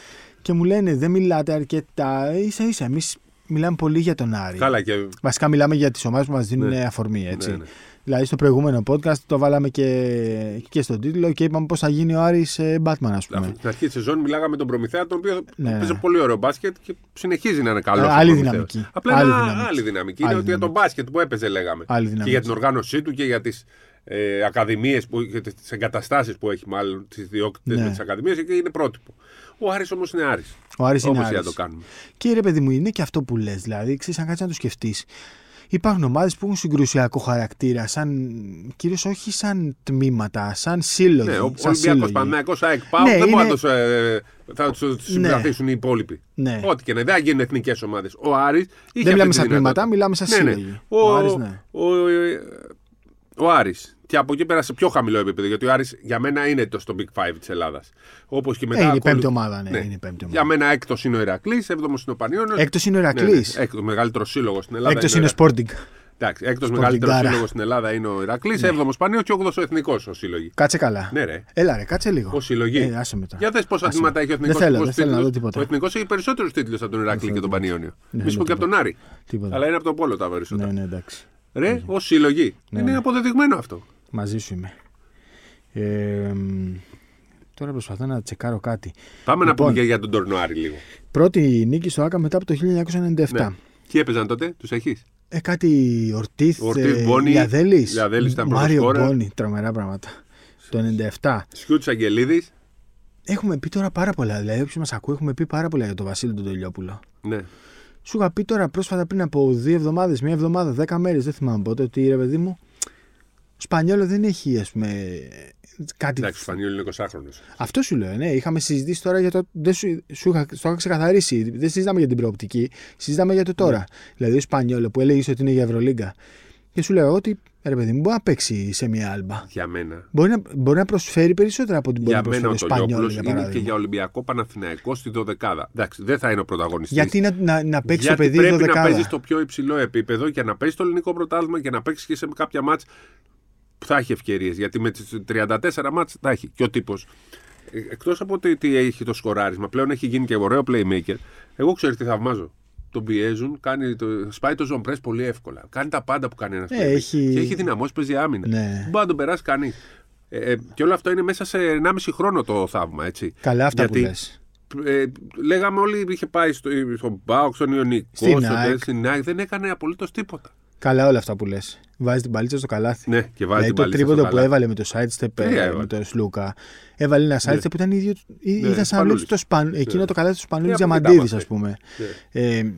Speaker 2: και μου λένε δεν μιλάτε αρκετά. σα ίσα, εμείς μιλάμε πολύ για τον Άρη.
Speaker 1: Καλά και.
Speaker 2: Βασικά μιλάμε για τις ομάδες που μας δίνουν
Speaker 1: Ναι.
Speaker 2: αφορμή, έτσι.
Speaker 1: Ναι, ναι.
Speaker 2: Δηλαδή στο προηγούμενο podcast το βάλαμε και, και στον τίτλο και είπαμε πώς θα γίνει ο Άρης ε, Batman, ας πούμε.
Speaker 1: Αφού Στην αρχή της σεζόν μιλάγαμε τον Προμηθέα, τον οποίο
Speaker 2: Ναι.
Speaker 1: παίζει πολύ ωραίο μπάσκετ και συνεχίζει να είναι καλό.
Speaker 2: Α, άλλη δυναμική.
Speaker 1: Απλά
Speaker 2: Άλλη
Speaker 1: είναι άλλη
Speaker 2: δυναμική.
Speaker 1: δυναμική. Άλλη δυναμική. είναι
Speaker 2: Άλλη
Speaker 1: ότι για τον
Speaker 2: δυναμική.
Speaker 1: μπάσκετ που έπαιζε, λέγαμε.
Speaker 2: Άλλη
Speaker 1: Και
Speaker 2: δυναμική.
Speaker 1: για την οργάνωσή του και για τις ε, ακαδημίες, τι εγκαταστάσεις που έχει, μάλλον τις διόκτητε
Speaker 2: Ναι.
Speaker 1: με τις ακαδημίες και είναι πρότυπο. Ο Άρης όμως είναι Άρης.
Speaker 2: Ο Άρης είναι
Speaker 1: Όπω για να
Speaker 2: Άρης.
Speaker 1: το κάνουμε.
Speaker 2: Και ρε παιδί μου, είναι και αυτό που λες. Δηλαδή, ξέρεις, αν κάτσεις να το σκεφτείς, υπάρχουν ομάδες που έχουν συγκρουσιακό χαρακτήρα, σαν, κυρίως όχι σαν τμήματα, σαν σύλλογοι.
Speaker 1: Ναι, ο
Speaker 2: σαν
Speaker 1: Ολυμπιακός
Speaker 2: σύλλογοι.
Speaker 1: Παναγιακό ΑΕΚ ΠΑΟΚ
Speaker 2: Ναι,
Speaker 1: δεν μπορεί
Speaker 2: είναι-
Speaker 1: να τους, ε, θα τους συμπραθήσουν οι υπόλοιποι.
Speaker 2: Ναι.
Speaker 1: Ό,τι και να είναι, δεν γίνουν εθνικές ομάδες. Ο Άρης είχε αυτή
Speaker 2: μιλάμε
Speaker 1: τη
Speaker 2: σαν
Speaker 1: δυνατότητα. ναι.
Speaker 2: τμήματα, μιλάμε σαν σύλλογοι.
Speaker 1: Ο,
Speaker 2: Ο Άρης, ναι.
Speaker 1: ο, ε, ο Άρης. Και από εκεί πέρα σε πιο χαμηλό επίπεδο. Γιατί ο Άρης για μένα είναι το στο Big Five της Ελλάδας. Όπως και μετά.
Speaker 2: Ε, είναι η
Speaker 1: ακολουθεί-
Speaker 2: πέμπτη ομάδα, ναι, είναι η πέμπτη ομάδα.
Speaker 1: Για μένα έκτος είναι ο Ηρακλής, έβδομος είναι ο Πανιόνιος.
Speaker 2: Έκτος είναι ο Ηρακλής.
Speaker 1: ο μεγαλύτερο σύλλογος στην Ελλάδα.
Speaker 2: Έκτος
Speaker 1: ο
Speaker 2: είναι ο
Speaker 1: Ηρα-
Speaker 2: Sporting. Ναι.
Speaker 1: Εντάξει, έκτος μεγαλύτερο
Speaker 2: Sportinγκάρα.
Speaker 1: σύλλογος στην Ελλάδα είναι ο Ηρακλής, έβδομος Πανιόνιος και όγδοο ο Εθνικός ο σύλλογοι.
Speaker 2: Κάτσε καλά.
Speaker 1: Ναι, ρε.
Speaker 2: Έλα ρε, κάτσε λίγο.
Speaker 1: Ω συλλογή.
Speaker 2: Ε, άσε με τώρα.
Speaker 1: Για δες πόσα
Speaker 2: Άσε
Speaker 1: τμήματα
Speaker 2: με.
Speaker 1: έχει ο Εθνικό
Speaker 2: Δεν θέλω, δεν θέλω να δω τίποτα.
Speaker 1: Ο Εθνικός έχει περισσότερους τίτλους από τον Ηρακλή και τον Πανιόνιο. Μη σου πω και από τον Άρη.
Speaker 2: Ναι, Τίποτα.
Speaker 1: Αλλά είναι από τον Πόλο τα περισσότερα.
Speaker 2: Ναι, ναι, εντάξει.
Speaker 1: Ρε, ω συλλογή. Είναι αποδεδειγμένο αυτό.
Speaker 2: Μαζί σου είμαι. Ε, μ, τώρα προσπαθώ να τσεκάρω κάτι.
Speaker 1: Πάμε να
Speaker 2: Λοιπόν.
Speaker 1: πούμε και για τον Τωρινό Άρη λίγο.
Speaker 2: Πρώτη νίκη στο ΑΚΑ μετά από το 1997.
Speaker 1: Ναι. Τι έπαιζαν τότε, τους έχεις.
Speaker 2: Ε, κάτι Ορτίθ,
Speaker 1: Ορτίθ,
Speaker 2: ε,
Speaker 1: Μπόνι,
Speaker 2: Λιαδέλης,
Speaker 1: Λιαδέλης ήταν πρώτος
Speaker 2: Μάριο
Speaker 1: σκόρερ.
Speaker 2: Μπόνι, τρομερά πράγματα. Το 97.
Speaker 1: Σιούτ Αγγελίδης.
Speaker 2: Έχουμε πει τώρα πάρα πολλά. Δηλαδή, όποιος μας ακούει, έχουμε πει πάρα πολλά για τον Βασίλη τον Τελειόπουλο.
Speaker 1: Ναι.
Speaker 2: Σου είχα πει τώρα πρόσφατα πριν από δύο εβδομάδες, μία εβδομάδα, δέκα μέρες, δεν θυμάμαι πότε, ότι ρε παιδί μου, ο Σπανιόλο δεν έχει ας πούμε, κάτι.
Speaker 1: Εντάξει, Σπανιόλ είναι 20χρονο.
Speaker 2: Αυτό σου λέω, ναι. Είχαμε συζητήσει τώρα για το. Δεν σου, σου είχα, στο είχα ξεκαθαρίσει. Δεν συζητάμε για την προοπτική, συζητάμε για το τώρα.
Speaker 1: Ναι.
Speaker 2: Δηλαδή, ο Σπανιόλο που έλεγες ότι είναι για Ευρωλίγκα. Και σου λέω ότι ρε παιδί μου, μπορεί να παίξει σε μια άλμπα.
Speaker 1: Για μένα.
Speaker 2: Μπορεί να, μπορεί να προσφέρει περισσότερα από ό,τι μπορεί
Speaker 1: Για
Speaker 2: να
Speaker 1: μένα
Speaker 2: προσφέρει
Speaker 1: ο
Speaker 2: ο Σπανιόλο.
Speaker 1: Τολιόπουλο
Speaker 2: Για
Speaker 1: είναι και
Speaker 2: παράδειγμα.
Speaker 1: για Ολυμπιακό Παναθηναϊκό στη δωδεκάδα. Εντάξει, δεν θα είναι ο πρωταγωνιστής.
Speaker 2: Γιατί να, να, να παίξει
Speaker 1: Γιατί
Speaker 2: το παιδί
Speaker 1: πρέπει να
Speaker 2: 12.
Speaker 1: παίζεις στο πιο υψηλό επίπεδο και να παίζεις στο ελληνικό πρωτάθλημα και να παίξεις και σε κάποια μάτ που θα έχει ευκαιρίες. Γιατί με τις 34 μάτ θα έχει. Και ο τύπος. Εκτός από ότι, ότι έχει το σκοράρισμα, πλέον έχει γίνει και ωραίο playmaker. Εγώ ξέρω τι θαυμάζω. Τον πιέζουν, κάνει το, σπάει το zone press πολύ εύκολα. Κάνει τα πάντα που κάνει ένας playmaker.
Speaker 2: Ε, έχει-
Speaker 1: Και έχει δυναμώσει, παίζει άμυνα.
Speaker 2: Ναι.
Speaker 1: Μπορεί να τον περάσει κανείς. Ε, ε, και όλο αυτό είναι μέσα σε 1,5 χρόνο το θαύμα, έτσι.
Speaker 2: Καλά αυτά
Speaker 1: Γιατί
Speaker 2: που λες.
Speaker 1: ε, λέγαμε όλοι είχε πάει στο, στον Μπάουκ, στον Ιωνικό,
Speaker 2: Στην
Speaker 1: στον
Speaker 2: ΑΕΚ.
Speaker 1: Τέ- στην ΑΕΚ, δεν έκανε απολύτως τίποτα.
Speaker 2: Καλά όλα αυτά που λες. Βάζει την παλίτσα στο καλάθι.
Speaker 1: Ναι, και βάζει
Speaker 2: Δηλαδή
Speaker 1: την
Speaker 2: το
Speaker 1: παλίτσα στο
Speaker 2: τρίποντο που
Speaker 1: καλάθι.
Speaker 2: έβαλε με το sidestep ε,
Speaker 1: έβαλε.
Speaker 2: με τον Σλούκα. Έβαλε ένα sidestep που ήταν ίδιο. ή-
Speaker 1: Ναι,
Speaker 2: Ήταν σαν να βλέπει
Speaker 1: Σπανούλης.
Speaker 2: το σπαν, εκείνο
Speaker 1: Ναι.
Speaker 2: το καλάθι του Σπανούλη
Speaker 1: Ε, από εκεί τα
Speaker 2: Διαμαντίδη, α
Speaker 1: είμαστε.
Speaker 2: πούμε. Ε,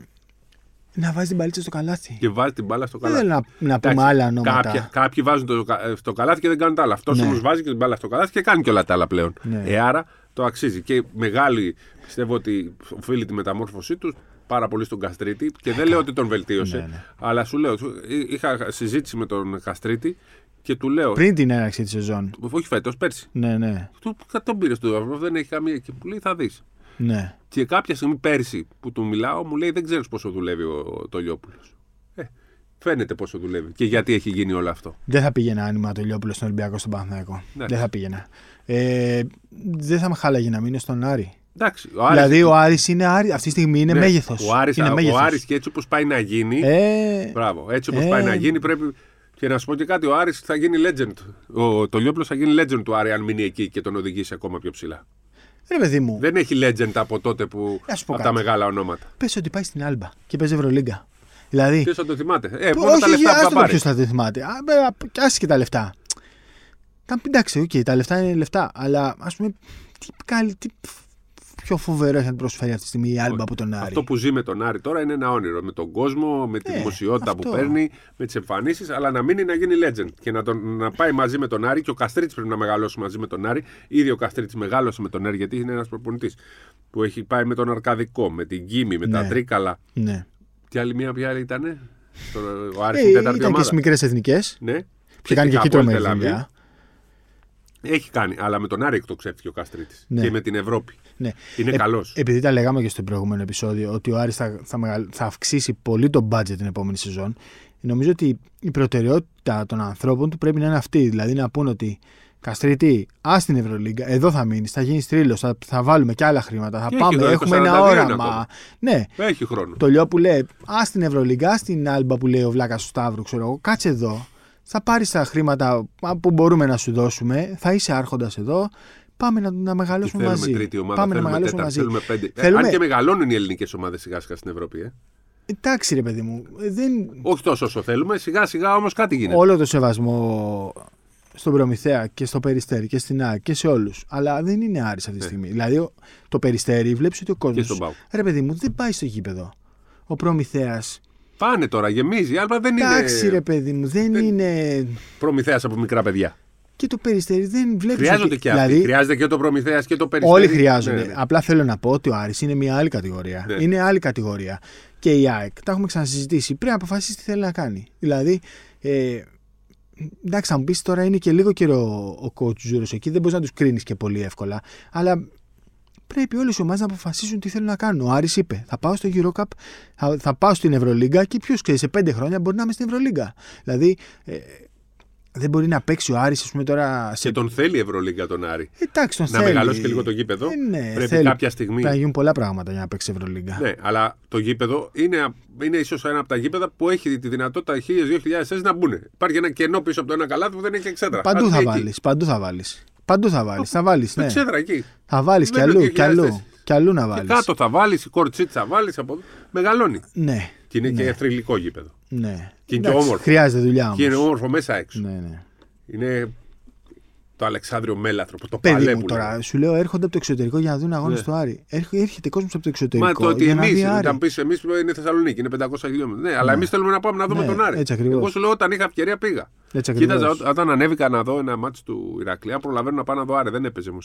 Speaker 2: να βάζει την παλίτσα στο καλάθι.
Speaker 1: Ναι. Και βάζει την μπάλα στο
Speaker 2: Δεν
Speaker 1: καλάθι.
Speaker 2: θέλω Ε, να, να
Speaker 1: Εντάξει,
Speaker 2: πούμε άλλα ονόματα.
Speaker 1: Κάποια, κάποιοι βάζουν το, κα- ε, στο καλάθι και δεν κάνουν τα άλλα. Αυτός
Speaker 2: Ναι.
Speaker 1: όμως βάζει και την μπάλα στο καλάθι και κάνει και όλα τα άλλα πλέον.
Speaker 2: Ναι.
Speaker 1: Ε, άρα το αξίζει. Και μεγάλη πιστεύω ότι οφείλει τη μεταμόρφωσή τους πάρα πολύ στον Καστρίτη. Και δεν λέω ότι τον βελτίωσε,
Speaker 2: Ναι, ναι.
Speaker 1: αλλά σου λέω, ε, είχα συζήτηση με τον Καστρίτη Και του λέω.
Speaker 2: Πριν την έναρξη της σεζόν.
Speaker 1: Όχι φέτος, πέρσι.
Speaker 2: Ναι, ναι.
Speaker 1: Του τον πήρε του Δουβρόφ, δεν έχει καμία. Και μου λέει θα δεις.
Speaker 2: ναι.
Speaker 1: Και κάποια στιγμή πέρσι που του μιλάω, μου λέει δεν ξέρεις πόσο δουλεύει ο Τολιόπουλος. Ε, φαίνεται πόσο δουλεύει και γιατί έχει γίνει όλο αυτό.
Speaker 2: Δεν θα πήγαινα άνοιγμα το Λιόπουλο στον Ολυμπιακό στον Παναθηναϊκό.
Speaker 1: Ναι.
Speaker 2: Δεν θα πήγαινα. Ε, δεν θα με χάλαγε να μείνω στον Άρη.
Speaker 1: Εντάξει, ο Άρης,
Speaker 2: δηλαδή ο Άρης είναι Άρη, αυτή τη στιγμή είναι
Speaker 1: ναι,
Speaker 2: μέγεθος.
Speaker 1: Ο Άρης,
Speaker 2: είναι
Speaker 1: ο
Speaker 2: μέγεθος.
Speaker 1: Άρης και έτσι όπως πάει να γίνει.
Speaker 2: Ε,
Speaker 1: Μπράβο, έτσι όπως
Speaker 2: ε,
Speaker 1: πάει να γίνει πρέπει. Και να σου πω και κάτι, ο Άρης θα γίνει legend. Ο Τολιόπουλο θα γίνει legend του Άρη, αν μείνει εκεί και τον οδηγήσει ακόμα πιο ψηλά.
Speaker 2: ρε παιδί μου,
Speaker 1: Δεν έχει legend από τότε που.
Speaker 2: Να σου πω
Speaker 1: από τα
Speaker 2: κάτι. Ε,
Speaker 1: μεγάλα ονόματα.
Speaker 2: πες ότι πάει στην Άλμπα και παίζει Ευρωλίγκα. Δηλαδή,
Speaker 1: Ποιος θα το θυμάται. Ε,
Speaker 2: Που-
Speaker 1: μόνο τα
Speaker 2: όχι,
Speaker 1: λεφτά
Speaker 2: άστο
Speaker 1: που
Speaker 2: το
Speaker 1: θα πάρει.
Speaker 2: ποιος θα τη θυμάται. Α, μπε, α, Κι άσε και τα λεφτά. Τα, εντάξει, οκ, τα λεφτά είναι λεφτά. Αλλά ας πούμε, τι, καλή, τι πιο φοβερό έχει να την προσφέρει αυτή τη στιγμή η Άλμπα από τον Άρη.
Speaker 1: Αυτό που ζει με τον Άρη τώρα είναι ένα όνειρο. Με τον κόσμο, με τη
Speaker 2: Ε,
Speaker 1: δημοσιότητα που
Speaker 2: αυτό.
Speaker 1: παίρνει, με τις εμφανίσεις, αλλά να μείνει να γίνει legend. Και να, τον, να πάει μαζί με τον Άρη και ο Καστρίτης πρέπει να μεγαλώσει μαζί με τον Άρη. Ήδη ο Καστρίτης μεγάλωσε με τον Άρη γιατί είναι ένας προπονητής που έχει πάει με τον Αρκαδικό, με την Κίμη, με τα
Speaker 2: Ναι.
Speaker 1: Τρίκαλα.
Speaker 2: Ναι.
Speaker 1: Τι άλλη μία, ποια άλλη ήταν. Ο Άρης
Speaker 2: Ε,
Speaker 1: στην τέταρτη
Speaker 2: ήταν και
Speaker 1: ομάδα.
Speaker 2: στις μικρές εθνικές.
Speaker 1: Ναι.
Speaker 2: Και κάνει και εκεί
Speaker 1: Φυσικά,
Speaker 2: τρομερή
Speaker 1: Απόλλων Τελ Αβίβ.
Speaker 2: δουλειά.
Speaker 1: Έχει κάνει, αλλά με τον Άρη εκτοξεύτηκε ο Καστρίτης.
Speaker 2: Ναι.
Speaker 1: Και με την Ευρώπη.
Speaker 2: Ναι.
Speaker 1: Είναι
Speaker 2: Ε,
Speaker 1: καλός.
Speaker 2: Επειδή τα λέγαμε και στο προηγούμενο επεισόδιο ότι ο Άρης θα, θα, μεγαλ- θα αυξήσει πολύ το budget την επόμενη σεζόν, νομίζω ότι η προτεραιότητα των ανθρώπων του πρέπει να είναι αυτή. Δηλαδή να πούν ότι Καστρίτη, α την Ευρωλίγκα, εδώ θα μείνεις, θα γίνεις τρίλο, θα, θα βάλουμε και άλλα χρήματα, θα
Speaker 1: Και έχει
Speaker 2: πάμε,
Speaker 1: εδώ,
Speaker 2: έχουμε ένα
Speaker 1: 42 είναι
Speaker 2: όραμα.
Speaker 1: ακόμα.
Speaker 2: Ναι,
Speaker 1: Έχει χρόνο.
Speaker 2: το λιό που λέει, α την Ευρωλίγκα, α την άλμπα που λέει ο Βλάκας του Σταύρου, ξέρω εγώ, κάτσε εδώ. Θα πάρεις τα χρήματα α, που μπορούμε να σου δώσουμε, θα είσαι άρχοντας εδώ. Πάμε να, να
Speaker 1: Τι
Speaker 2: μεγαλώσουμε
Speaker 1: θέλουμε
Speaker 2: μαζί.
Speaker 1: τρίτη ομάδα,
Speaker 2: Πάμε να
Speaker 1: θέλουμε
Speaker 2: μεγαλώσουμε
Speaker 1: τέταρτη,
Speaker 2: μαζί.
Speaker 1: θέλουμε πέντε. Ε,
Speaker 2: Θέλουμε-
Speaker 1: αν και μεγαλώνουν οι ελληνικές ομάδες σιγά σιγά στην Ευρώπη. Ε.
Speaker 2: Εντάξει, ρε παιδί μου. ε, Δεν...
Speaker 1: Όχι τόσο όσο θέλουμε, σιγά σιγά όμως κάτι γίνεται.
Speaker 2: Όλο το σεβασμό στον Προμηθέα και στο Περιστέρι και στην ΑΕΚ και σε όλους. Αλλά δεν είναι Άρης αυτή τη στιγμή. Δηλαδή, ο- το Περιστέρι βλέπεις ότι ο
Speaker 1: Ε. Και στον
Speaker 2: κόσμο.
Speaker 1: ΠΑΟΚ.
Speaker 2: Ρε παιδί μου, δεν πάει στο γήπεδο. Ο Προμηθέας.
Speaker 1: Πάνε τώρα, γεμίζει, αλλά δεν
Speaker 2: Εντάξει,
Speaker 1: είναι
Speaker 2: ρε παιδί μου, δεν, είναι.
Speaker 1: προμηθέας από μικρά παιδιά.
Speaker 2: Και το Περιστέρι δεν βλέπεις.
Speaker 1: Χρειάζονται και αυτοί.
Speaker 2: Ε, Δηλαδή,
Speaker 1: Χρειάζεται και το προμηθέας και το περιστέρι.
Speaker 2: όλοι χρειάζονται.
Speaker 1: Ναι, ναι.
Speaker 2: Απλά θέλω να πω ότι ο Άρης είναι μια άλλη κατηγορία.
Speaker 1: Ναι.
Speaker 2: Είναι άλλη κατηγορία. Και η ΑΕΚ, τα έχουμε ξανασυζητήσει, πρέπει να αποφασίσει τι θέλει να κάνει. Δηλαδή, ε, εντάξει, θα μου πεις τώρα είναι και λίγο καιρό ο coach Ζούρος εκεί, δεν μπορείς να τους κρίνεις και πολύ εύκολα. Αλλά πρέπει όλες οι ομάδες να αποφασίσουν τι θέλουν να κάνουν. Ο Άρης είπε: Θα πάω στο Eurocup, θα, θα πάω στην Ευρωλίγκα και ποιος ξέρει, σε πέντε χρόνια μπορεί να είμαι στην Ευρωλίγκα. Δηλαδή, ε, δεν μπορεί να παίξει ο Άρης, ας πούμε, τώρα σε
Speaker 1: Και τον θέλει η Ευρωλίγκα τον Άρη.
Speaker 2: Εντάξει, τον
Speaker 1: Να
Speaker 2: θέλει.
Speaker 1: μεγαλώσει και λίγο το γήπεδο.
Speaker 2: Ε, ναι,
Speaker 1: Πρέπει
Speaker 2: θέλει.
Speaker 1: κάποια στιγμή.
Speaker 2: Πρέπει να γίνουν πολλά πράγματα για να παίξει Ευρωλίγκα.
Speaker 1: Ναι, αλλά το γήπεδο είναι, είναι ίσως ένα από τα γήπεδα που έχει τη δυνατότητα 1.000-2.000 θέσει να μπουν. Υπάρχει ένα κενό πίσω από το ένα καλάθι που δεν έχει εξέδρα.
Speaker 2: Παντού,
Speaker 1: Άντε
Speaker 2: θα
Speaker 1: εκεί.
Speaker 2: βάλεις, παντού θα βάλεις. Παντού θα βάλεις. Θα βάλεις. Ναι.
Speaker 1: Εξέδρα εκεί.
Speaker 2: Θα βάλεις κι
Speaker 1: Μένουν
Speaker 2: αλλού.
Speaker 1: και
Speaker 2: Κι αλλού,
Speaker 1: χιλιάδες θέσεις.
Speaker 2: κι αλλού να
Speaker 1: Και
Speaker 2: βάλεις.
Speaker 1: κάτω θα βάλεις, η κορτσίτ θα βάλεις. Από... εδώ. Μεγαλώνει.
Speaker 2: Ναι.
Speaker 1: Και είναι και θρηλυκό γήπεδο.
Speaker 2: ναι.
Speaker 1: και
Speaker 2: Εντάξει,
Speaker 1: όμορφο.
Speaker 2: Χρειάζεται δουλειά όμω.
Speaker 1: Και είναι όμορφο μέσα έξω.
Speaker 2: Ναι, ναι.
Speaker 1: Είναι το Αλεξάνδριο Μέλαθρο που το
Speaker 2: Παιδί μου
Speaker 1: παλεύουν.
Speaker 2: τώρα, σου λέω έρχονται από το εξωτερικό για να δουν αγώνες
Speaker 1: Ναι.
Speaker 2: του Άρη. Έρχ- Έρχεται κόσμος από το
Speaker 1: Μα
Speaker 2: εξωτερικό.
Speaker 1: το ότι
Speaker 2: για να
Speaker 1: εμείς,
Speaker 2: δει Άρη.
Speaker 1: όταν πεις εμείς, είναι Θεσσαλονίκη, είναι 500 χιλιόμετρα. Ναι, αλλά εμείς θέλουμε να πάμε να δούμε
Speaker 2: Ναι,
Speaker 1: τον Άρη.
Speaker 2: έτσι ακριβώς.
Speaker 1: Εγώ σου λέω όταν είχα ευκαιρία πήγα.
Speaker 2: Έτσι
Speaker 1: Κοίταζα,
Speaker 2: ακριβώς.
Speaker 1: ό- όταν ανέβηκα να δω ένα μάτσο του Ηρακλέα, προλαβαίνω να πάω να δω Άρη. Δεν έπαιζε μου.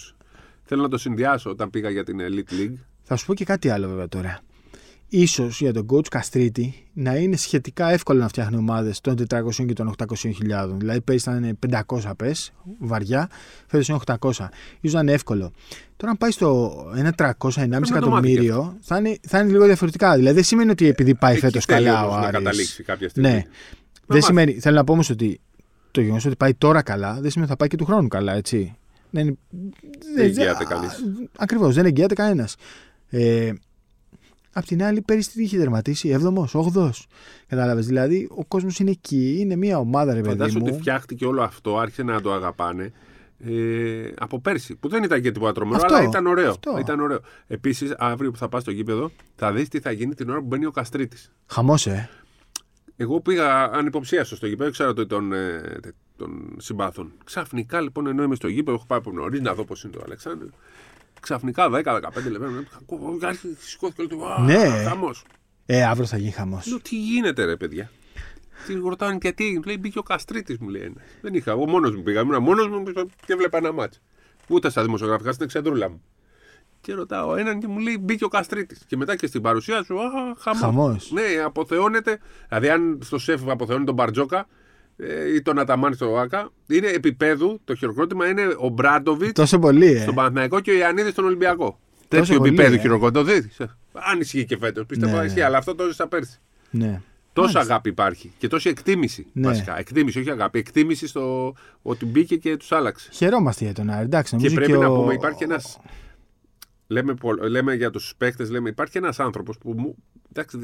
Speaker 1: Θέλω να το συνδυάσω όταν πήγα για την Elite League.
Speaker 2: Θα σου πω και κάτι άλλο βέβαια τώρα. Ίσως για τον coach Καστρίτη να είναι σχετικά εύκολο να φτιάχνει ομάδες των 400 και των 800.000. Δηλαδή πέρυσι ήταν 500 πες, βαριά, φέτος είναι 800. σω να είναι εύκολο. Τώρα, αν πάει στο ένα 300, 1,5
Speaker 1: να το μάθει
Speaker 2: εκατομμύριο, θα είναι, θα είναι λίγο διαφορετικά. Δηλαδή δεν σημαίνει ότι επειδή πάει
Speaker 1: Εκεί
Speaker 2: φέτος
Speaker 1: θέλει
Speaker 2: καλά ο
Speaker 1: όμως να
Speaker 2: Άρης.
Speaker 1: καταλήξει κάποια στιγμή.
Speaker 2: Ναι. Δεν
Speaker 1: μάθει.
Speaker 2: σημαίνει, θέλω να πω όμως ότι το γεγονός ότι πάει τώρα καλά δεν σημαίνει ότι θα πάει και του χρόνου καλά, έτσι. Δεν, είναι- δεν-
Speaker 1: εγγυάται κανείς.
Speaker 2: Ακριβώς, δεν εγγυάται κανένας. Ε, απ' την άλλη, πέρυσι τι είχε τερματίσει, 7ο, 8ο. Κατάλαβες. Δηλαδή, ο κόσμος είναι εκεί, είναι μια ομάδα, ρε παιδί
Speaker 1: Φαντάζομαι
Speaker 2: μου.
Speaker 1: ότι φτιάχτηκε όλο αυτό, άρχισε να το αγαπάνε ε, από πέρσι. Που δεν ήταν και τίποτα τρομερό,
Speaker 2: Αυτό,
Speaker 1: αλλά ήταν ωραίο.
Speaker 2: αυτό.
Speaker 1: Ήταν ωραίο. Επίσης, αύριο που θα πας στο γήπεδο, θα δεις τι θα γίνει την ώρα που μπαίνει ο Καστρίτης.
Speaker 2: Χαμός, ε.
Speaker 1: Εγώ πήγα ανυποψίαστο στο γήπεδο, ξέρω ότι τον, ε, τε- τον συμπάθων. Ξαφνικά λοιπόν, ενώ είμαι στο γήπεδο, έχω πάει από νωρίς να δω πώς είναι το Αλεξάνδρου. Ξαφνικά 10-15 λεπτά. Ακούω, άρχισε, σηκώθηκε όλο το.
Speaker 2: Ναι.
Speaker 1: Χαμός.
Speaker 2: Ε, αύριο θα γίνει χαμός.
Speaker 1: Λέω τι γίνεται, ρε παιδιά. Τι ρωτάνε γιατί έγινε. Λέει μπήκε ο Καστρίτης, μου λέει ένα. Δεν είχα. Εγώ μόνος μου πήγα. Ήμουν μόνος μου και έβλεπα ένα μάτσο. Ούτε στα δημοσιογραφικά, στην εξεδρούλα μου. Και ρωτάω έναν και μου λέει μπήκε ο Καστρίτης. Και μετά και στην παρουσία σου, α, χαμός.
Speaker 2: Χαμός.
Speaker 1: Ναι, αποθεώνεται. Δηλαδή, αν στο σεφ αποθεώνει τον Μπαρτζόκα, ε, ή τον Αταμάν στο ΟΑΚΑ. Είναι επίπεδου, το χειροκρότημα είναι ο Μπράντοβιτ
Speaker 2: Τόσο πολύ, ε.
Speaker 1: στον Παναθηναϊκό και ο Ιαννίδη στον Ολυμπιακό.
Speaker 2: Τόσο
Speaker 1: Τέτοιο
Speaker 2: πολύ,
Speaker 1: επίπεδο
Speaker 2: ε.
Speaker 1: χειροκρότημα. Το δεις. Αν ισχύει και φέτος. Πιστεύω
Speaker 2: Ναι,
Speaker 1: ναι,
Speaker 2: ναι.
Speaker 1: ισχύει, αλλά αυτό το έζησα πέρσι.
Speaker 2: Ναι.
Speaker 1: Τόση αγάπη υπάρχει και τόση εκτίμηση.
Speaker 2: Ναι.
Speaker 1: Βασικά. Εκτίμηση, όχι αγάπη. Εκτίμηση στο ότι μπήκε και τους άλλαξε.
Speaker 2: Χαιρόμαστε για τον Άρη. Εντάξει,
Speaker 1: Και
Speaker 2: νομίζω
Speaker 1: πρέπει να
Speaker 2: ο-
Speaker 1: πούμε, υπάρχει ένας. Λέμε, πολλ- λέμε για τους παίκτες, λέμε, υπάρχει ένας άνθρωπος που μου. Εντάξει,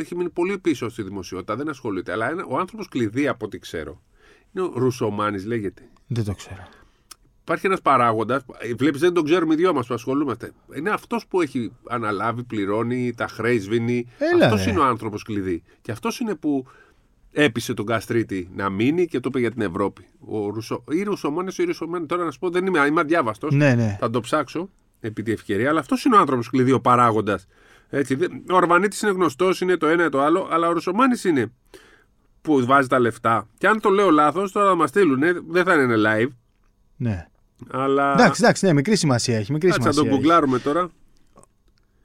Speaker 1: έχει μείνει πολύ πίσω στη δημοσιότητα, δεν ασχολείται. Αλλά ένα- ο άνθρωπος κλειδί από ό,τι ξέρω είναι ο Ρουσομάνης, λέγεται.
Speaker 2: Δεν το ξέρω.
Speaker 1: Υπάρχει ένας παράγοντας, βλέπεις δεν τον ξέρουμε οι δυο μας που ασχολούμαστε. Είναι αυτός που έχει αναλάβει, πληρώνει, τα χρέη σβήνει.
Speaker 2: Ε, Έλα,
Speaker 1: Αυτός
Speaker 2: ρε.
Speaker 1: είναι ο άνθρωπος κλειδί. Και αυτός είναι που έπεισε τον Καστρίτη να μείνει και το είπε για την Ευρώπη. Ο Ρουσο... Ή Ρουσομόνε ή Ρουσομόνε, τώρα να σου πω, δεν είμαι, είμαι αδιάβαστος.
Speaker 2: Ναι, ναι.
Speaker 1: Θα το ψάξω επί τη ευκαιρία, αλλά αυτός είναι ο άνθρωπος κλειδί, ο παράγοντας. Ο Ορβανίτη είναι γνωστός, είναι το ένα ή το άλλο, αλλά ο Ρουσομάνης είναι που βάζει τα λεφτά. Και αν το λέω λάθος, τώρα θα μας στείλουν. Δεν θα είναι live,
Speaker 2: ναι.
Speaker 1: αλλά.
Speaker 2: Εντάξει, εντάξει, ναι, μικρή σημασία έχει. Μικρή
Speaker 1: Κάτσε να
Speaker 2: σημασία
Speaker 1: τον
Speaker 2: έχει.
Speaker 1: γκουγκλάρουμε τώρα,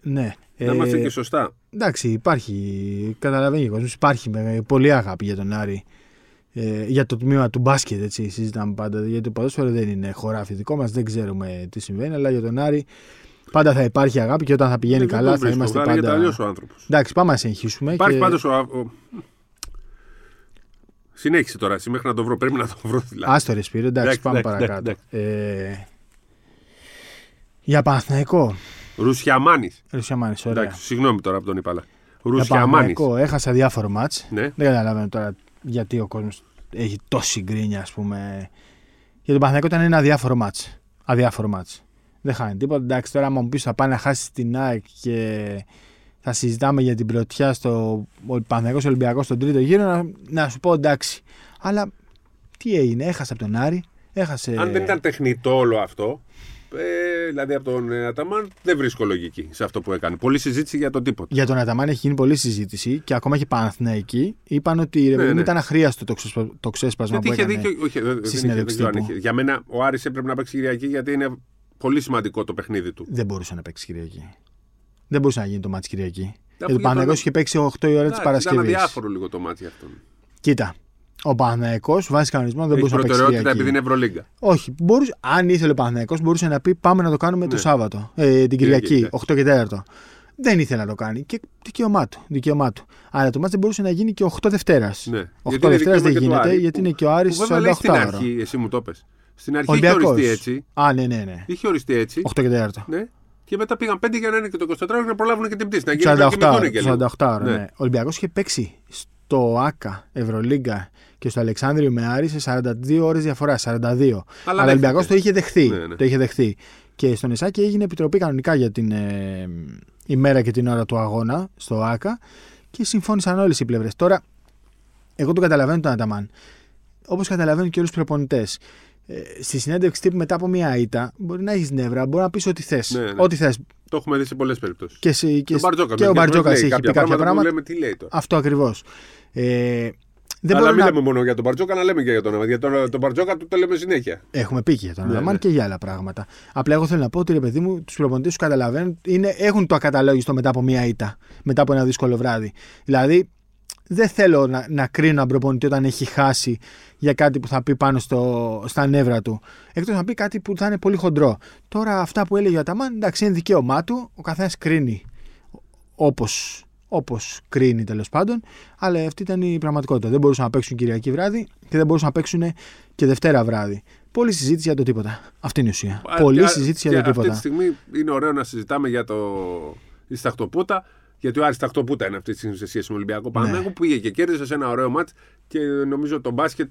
Speaker 2: Ναι.
Speaker 1: να
Speaker 2: Ε,
Speaker 1: είμαστε και σωστά.
Speaker 2: Εντάξει, υπάρχει, καταλαβαίνεις ο κόσμος, υπάρχει μεγάλη- πολύ αγάπη για τον Άρη. Ε, για το τμήμα του μπάσκετ, έτσι, συζητάμε πάντα. Γιατί το ποδόσφαιρο δεν είναι χωράφι δικό μας, δεν ξέρουμε τι συμβαίνει, αλλά για τον Άρη πάντα θα υπάρχει αγάπη και όταν θα πηγαίνει
Speaker 1: Ε, Δεν τον
Speaker 2: καλά θα
Speaker 1: βρίσκω,
Speaker 2: είμαστε
Speaker 1: βγάλει
Speaker 2: πάντα.
Speaker 1: αλλιώς ο άνθρωπος.
Speaker 2: Εντάξει, πάμε να σε εγχύσουμε.
Speaker 1: Υπάρχει
Speaker 2: και...
Speaker 1: πάντως ο. ο- Συνέχισε τώρα, εσύ, μέχρι να το βρω. Πρέπει να το βρω δηλαδή.
Speaker 2: Άστο ρε Σπύρο, εντάξει,
Speaker 1: Εντάξει,
Speaker 2: πάμε
Speaker 1: εντάξει,
Speaker 2: παρακάτω.
Speaker 1: εντάξει,
Speaker 2: Ε, για Παναθηναϊκό,
Speaker 1: Ρουσιαμάνης.
Speaker 2: Ρουσιαμάνης, ωραία.
Speaker 1: Εντάξει, συγγνώμη τώρα που τον είπα. αλλά.
Speaker 2: Για
Speaker 1: Ρουσιαμάνη.
Speaker 2: Παναθηναϊκό, έχασα διάφορο μάτς.
Speaker 1: Ναι.
Speaker 2: Δεν καταλαβαίνω τώρα γιατί ο κόσμος έχει τόση γκρίνια, ας πούμε. Για τον Παναθηναϊκό ήταν ένα αδιάφορο μάτς. Αδιάφορο μάτς. Δεν χάνει τίποτα. Εντάξει, τώρα άμα μου πεις θα πάει να χάσει την ΑΕΚ και θα συζητάμε για την πρωτιά στο Παναθηναϊκός Ολυμπιακός στον τρίτο γύρο, να, να σου πω εντάξει. Αλλά τι έγινε, έχασε από τον Άρη, έχασε.
Speaker 1: Αν δεν ήταν τεχνητό όλο αυτό, ε, δηλαδή από τον ε, Αταμάν, δεν βρίσκω λογική σε αυτό που έκανε. Πολλή συζήτηση για τον τίποτα.
Speaker 2: Για τον Αταμάν έχει γίνει πολλή συζήτηση και ακόμα και Παναθηναϊκοί είπαν ότι ρε, παιδί μου,
Speaker 1: ναι.
Speaker 2: ήταν αχρίαστο το, ξεσπα- το ξέσπασμα
Speaker 1: Γιατί
Speaker 2: που
Speaker 1: είχε
Speaker 2: έκανε.
Speaker 1: δίκιο. Όχι, δεν- δεν είχε
Speaker 2: συνέντευξη
Speaker 1: δίκιο αν
Speaker 2: τύπου.
Speaker 1: είχε. Για μένα ο Άρης έπρεπε να παίξει Κυριακή γιατί είναι πολύ σημαντικό το παιχνίδι του.
Speaker 2: δεν μπορούσε να παίξει Κυριακή. Δεν μπορούσε να γίνει το μάτι Κυριακή. Γιατί
Speaker 1: για
Speaker 2: ο
Speaker 1: τον-
Speaker 2: Παναγιώ είχε παίξει 8 η ώρα της
Speaker 1: Εντάξει, Ήταν
Speaker 2: Παρασκευής.
Speaker 1: αδιάφορο λίγο το μάτι αυτό.
Speaker 2: Κοίτα. Ο Παναγιώ βάσει κανονισμό δεν
Speaker 1: Έχει
Speaker 2: μπορούσε να παίξει
Speaker 1: προτεραιότητα
Speaker 2: Κυριακή.
Speaker 1: επειδή είναι Ευρωλίγκα.
Speaker 2: Όχι. Μπορούσε, αν ήθελε ο Παναγιώ, μπορούσε να πει Πάμε να το κάνουμε το Σάββατο. Ε, την
Speaker 1: Ναι. Κυριακή,
Speaker 2: Κυριακή,
Speaker 1: εντάξει.
Speaker 2: 8 και 4. Δεν ήθελε να το κάνει. Και δικαίωμά του. Δικαίωμά του. Αλλά το μάτι δεν μπορούσε να γίνει και 8 Δευτέρας.
Speaker 1: Ναι.
Speaker 2: 8
Speaker 1: Γιατί είναι
Speaker 2: Δευτέρα
Speaker 1: δικαίωμα
Speaker 2: δεν
Speaker 1: και του
Speaker 2: γίνεται,
Speaker 1: Άρη,
Speaker 2: γιατί
Speaker 1: που-
Speaker 2: είναι και ο Άρης
Speaker 1: Που βέβαια λέει
Speaker 2: 48
Speaker 1: στην
Speaker 2: ώρα.
Speaker 1: αρχή, εσύ μου το είπες. Στην αρχή είχε
Speaker 2: Ολυμπιακός.
Speaker 1: οριστεί έτσι.
Speaker 2: Α, ναι, ναι, ναι.
Speaker 1: Είχε οριστεί έτσι.
Speaker 2: 8 και 4.
Speaker 1: Ναι. Και μετά πήγαν 5 για να είναι και το 24 για να προλάβουν και την πτήση. Να γίνει
Speaker 2: 48
Speaker 1: και
Speaker 2: ώρα.
Speaker 1: μηχόνη και λίγο.
Speaker 2: 48 ώρα ναι.
Speaker 1: Ναι.
Speaker 2: Ο Ολυμπιακός είχε παίξει στο ΑΚΑ, Ευρωλίγκα και στο Αλεξάνδριο με Άρη σε 42 ώρες διαφορά, 42. Αλλά, ο
Speaker 1: δέχτηκε.
Speaker 2: Ολυμπιακός το είχε δεχθεί.
Speaker 1: Ναι, ναι.
Speaker 2: Το είχε δεχθεί. Και στον Ισάκη έγινε επιτροπή κανονικά για την ε, ημέρα και την ώρα του αγώνα στο ΑΚΑ και συμφώνησαν όλες οι πλευρές. Τώρα, εγώ τον καταλαβαίνω τον Αταμάν. Όπως καταλαβαίνουν και όλους τους προπονητές. Ε, στη συνέντευξη τύπου μετά από μια ήττα, μπορεί να έχεις νεύρα, μπορεί να πεις ό,τι θες.
Speaker 1: Ναι, ναι.
Speaker 2: Ό,τι θες.
Speaker 1: Το έχουμε δει σε πολλές περιπτώσεις.
Speaker 2: Και, σε- και,
Speaker 1: ο Μπαρτζόκα. Ναι,
Speaker 2: και ο Μπαρτζόκα έχει πει κάποια
Speaker 1: Που
Speaker 2: πράγματα.
Speaker 1: λέμε τι λέει τώρα.
Speaker 2: Αυτό ακριβώς. Ε, δεν
Speaker 1: Αλλά
Speaker 2: μπορώ
Speaker 1: μην
Speaker 2: να...
Speaker 1: λέμε μόνο για τον Μπαρτζόκα, να λέμε και για τον Αμαντ. Για τον, τον Μπαρτζόκα του το λέμε συνέχεια.
Speaker 2: Έχουμε πει και για τον
Speaker 1: Ναι,
Speaker 2: Ραμάν
Speaker 1: ναι.
Speaker 2: και για άλλα πράγματα. Απλά εγώ θέλω να πω ότι ρε παιδί μου, τους προπονητές τους καταλαβαίνουν, είναι, έχουν το ακαταλόγιστο μετά από μία ήττα, μετά από ένα δύσκολο βράδυ. Δηλαδή, δεν θέλω να, να κρίνω έναν προπονητή όταν έχει χάσει για κάτι που θα πει πάνω στο, στα νεύρα του. Εκτός να πει κάτι που θα είναι πολύ χοντρό. Τώρα, αυτά που έλεγε ο Αταμάν, εντάξει, είναι δικαίωμά του, ο καθένας κρίνει όπως, όπως κρίνει τέλος πάντων αλλά αυτή ήταν η πραγματικότητα δεν μπορούσαν να παίξουν Κυριακή βράδυ και δεν μπορούσαν να παίξουν και Δευτέρα βράδυ πολλή συζήτηση για το τίποτα αυτή είναι η ουσία πολλή
Speaker 1: Α,
Speaker 2: συζήτηση
Speaker 1: και
Speaker 2: για το
Speaker 1: Αυτή τη
Speaker 2: τίποτα
Speaker 1: στιγμή είναι ωραίο να συζητάμε για το η σταχτοπούτα. Γιατί ο Άρης Σταχτοπούτα είναι αυτή τη στιγμή σε σχέση με
Speaker 2: Ναι.
Speaker 1: Ολυμπιακό Παναγό που πήγε και κέρδισε σε ένα ωραίο μάτ και νομίζω το μπάσκετ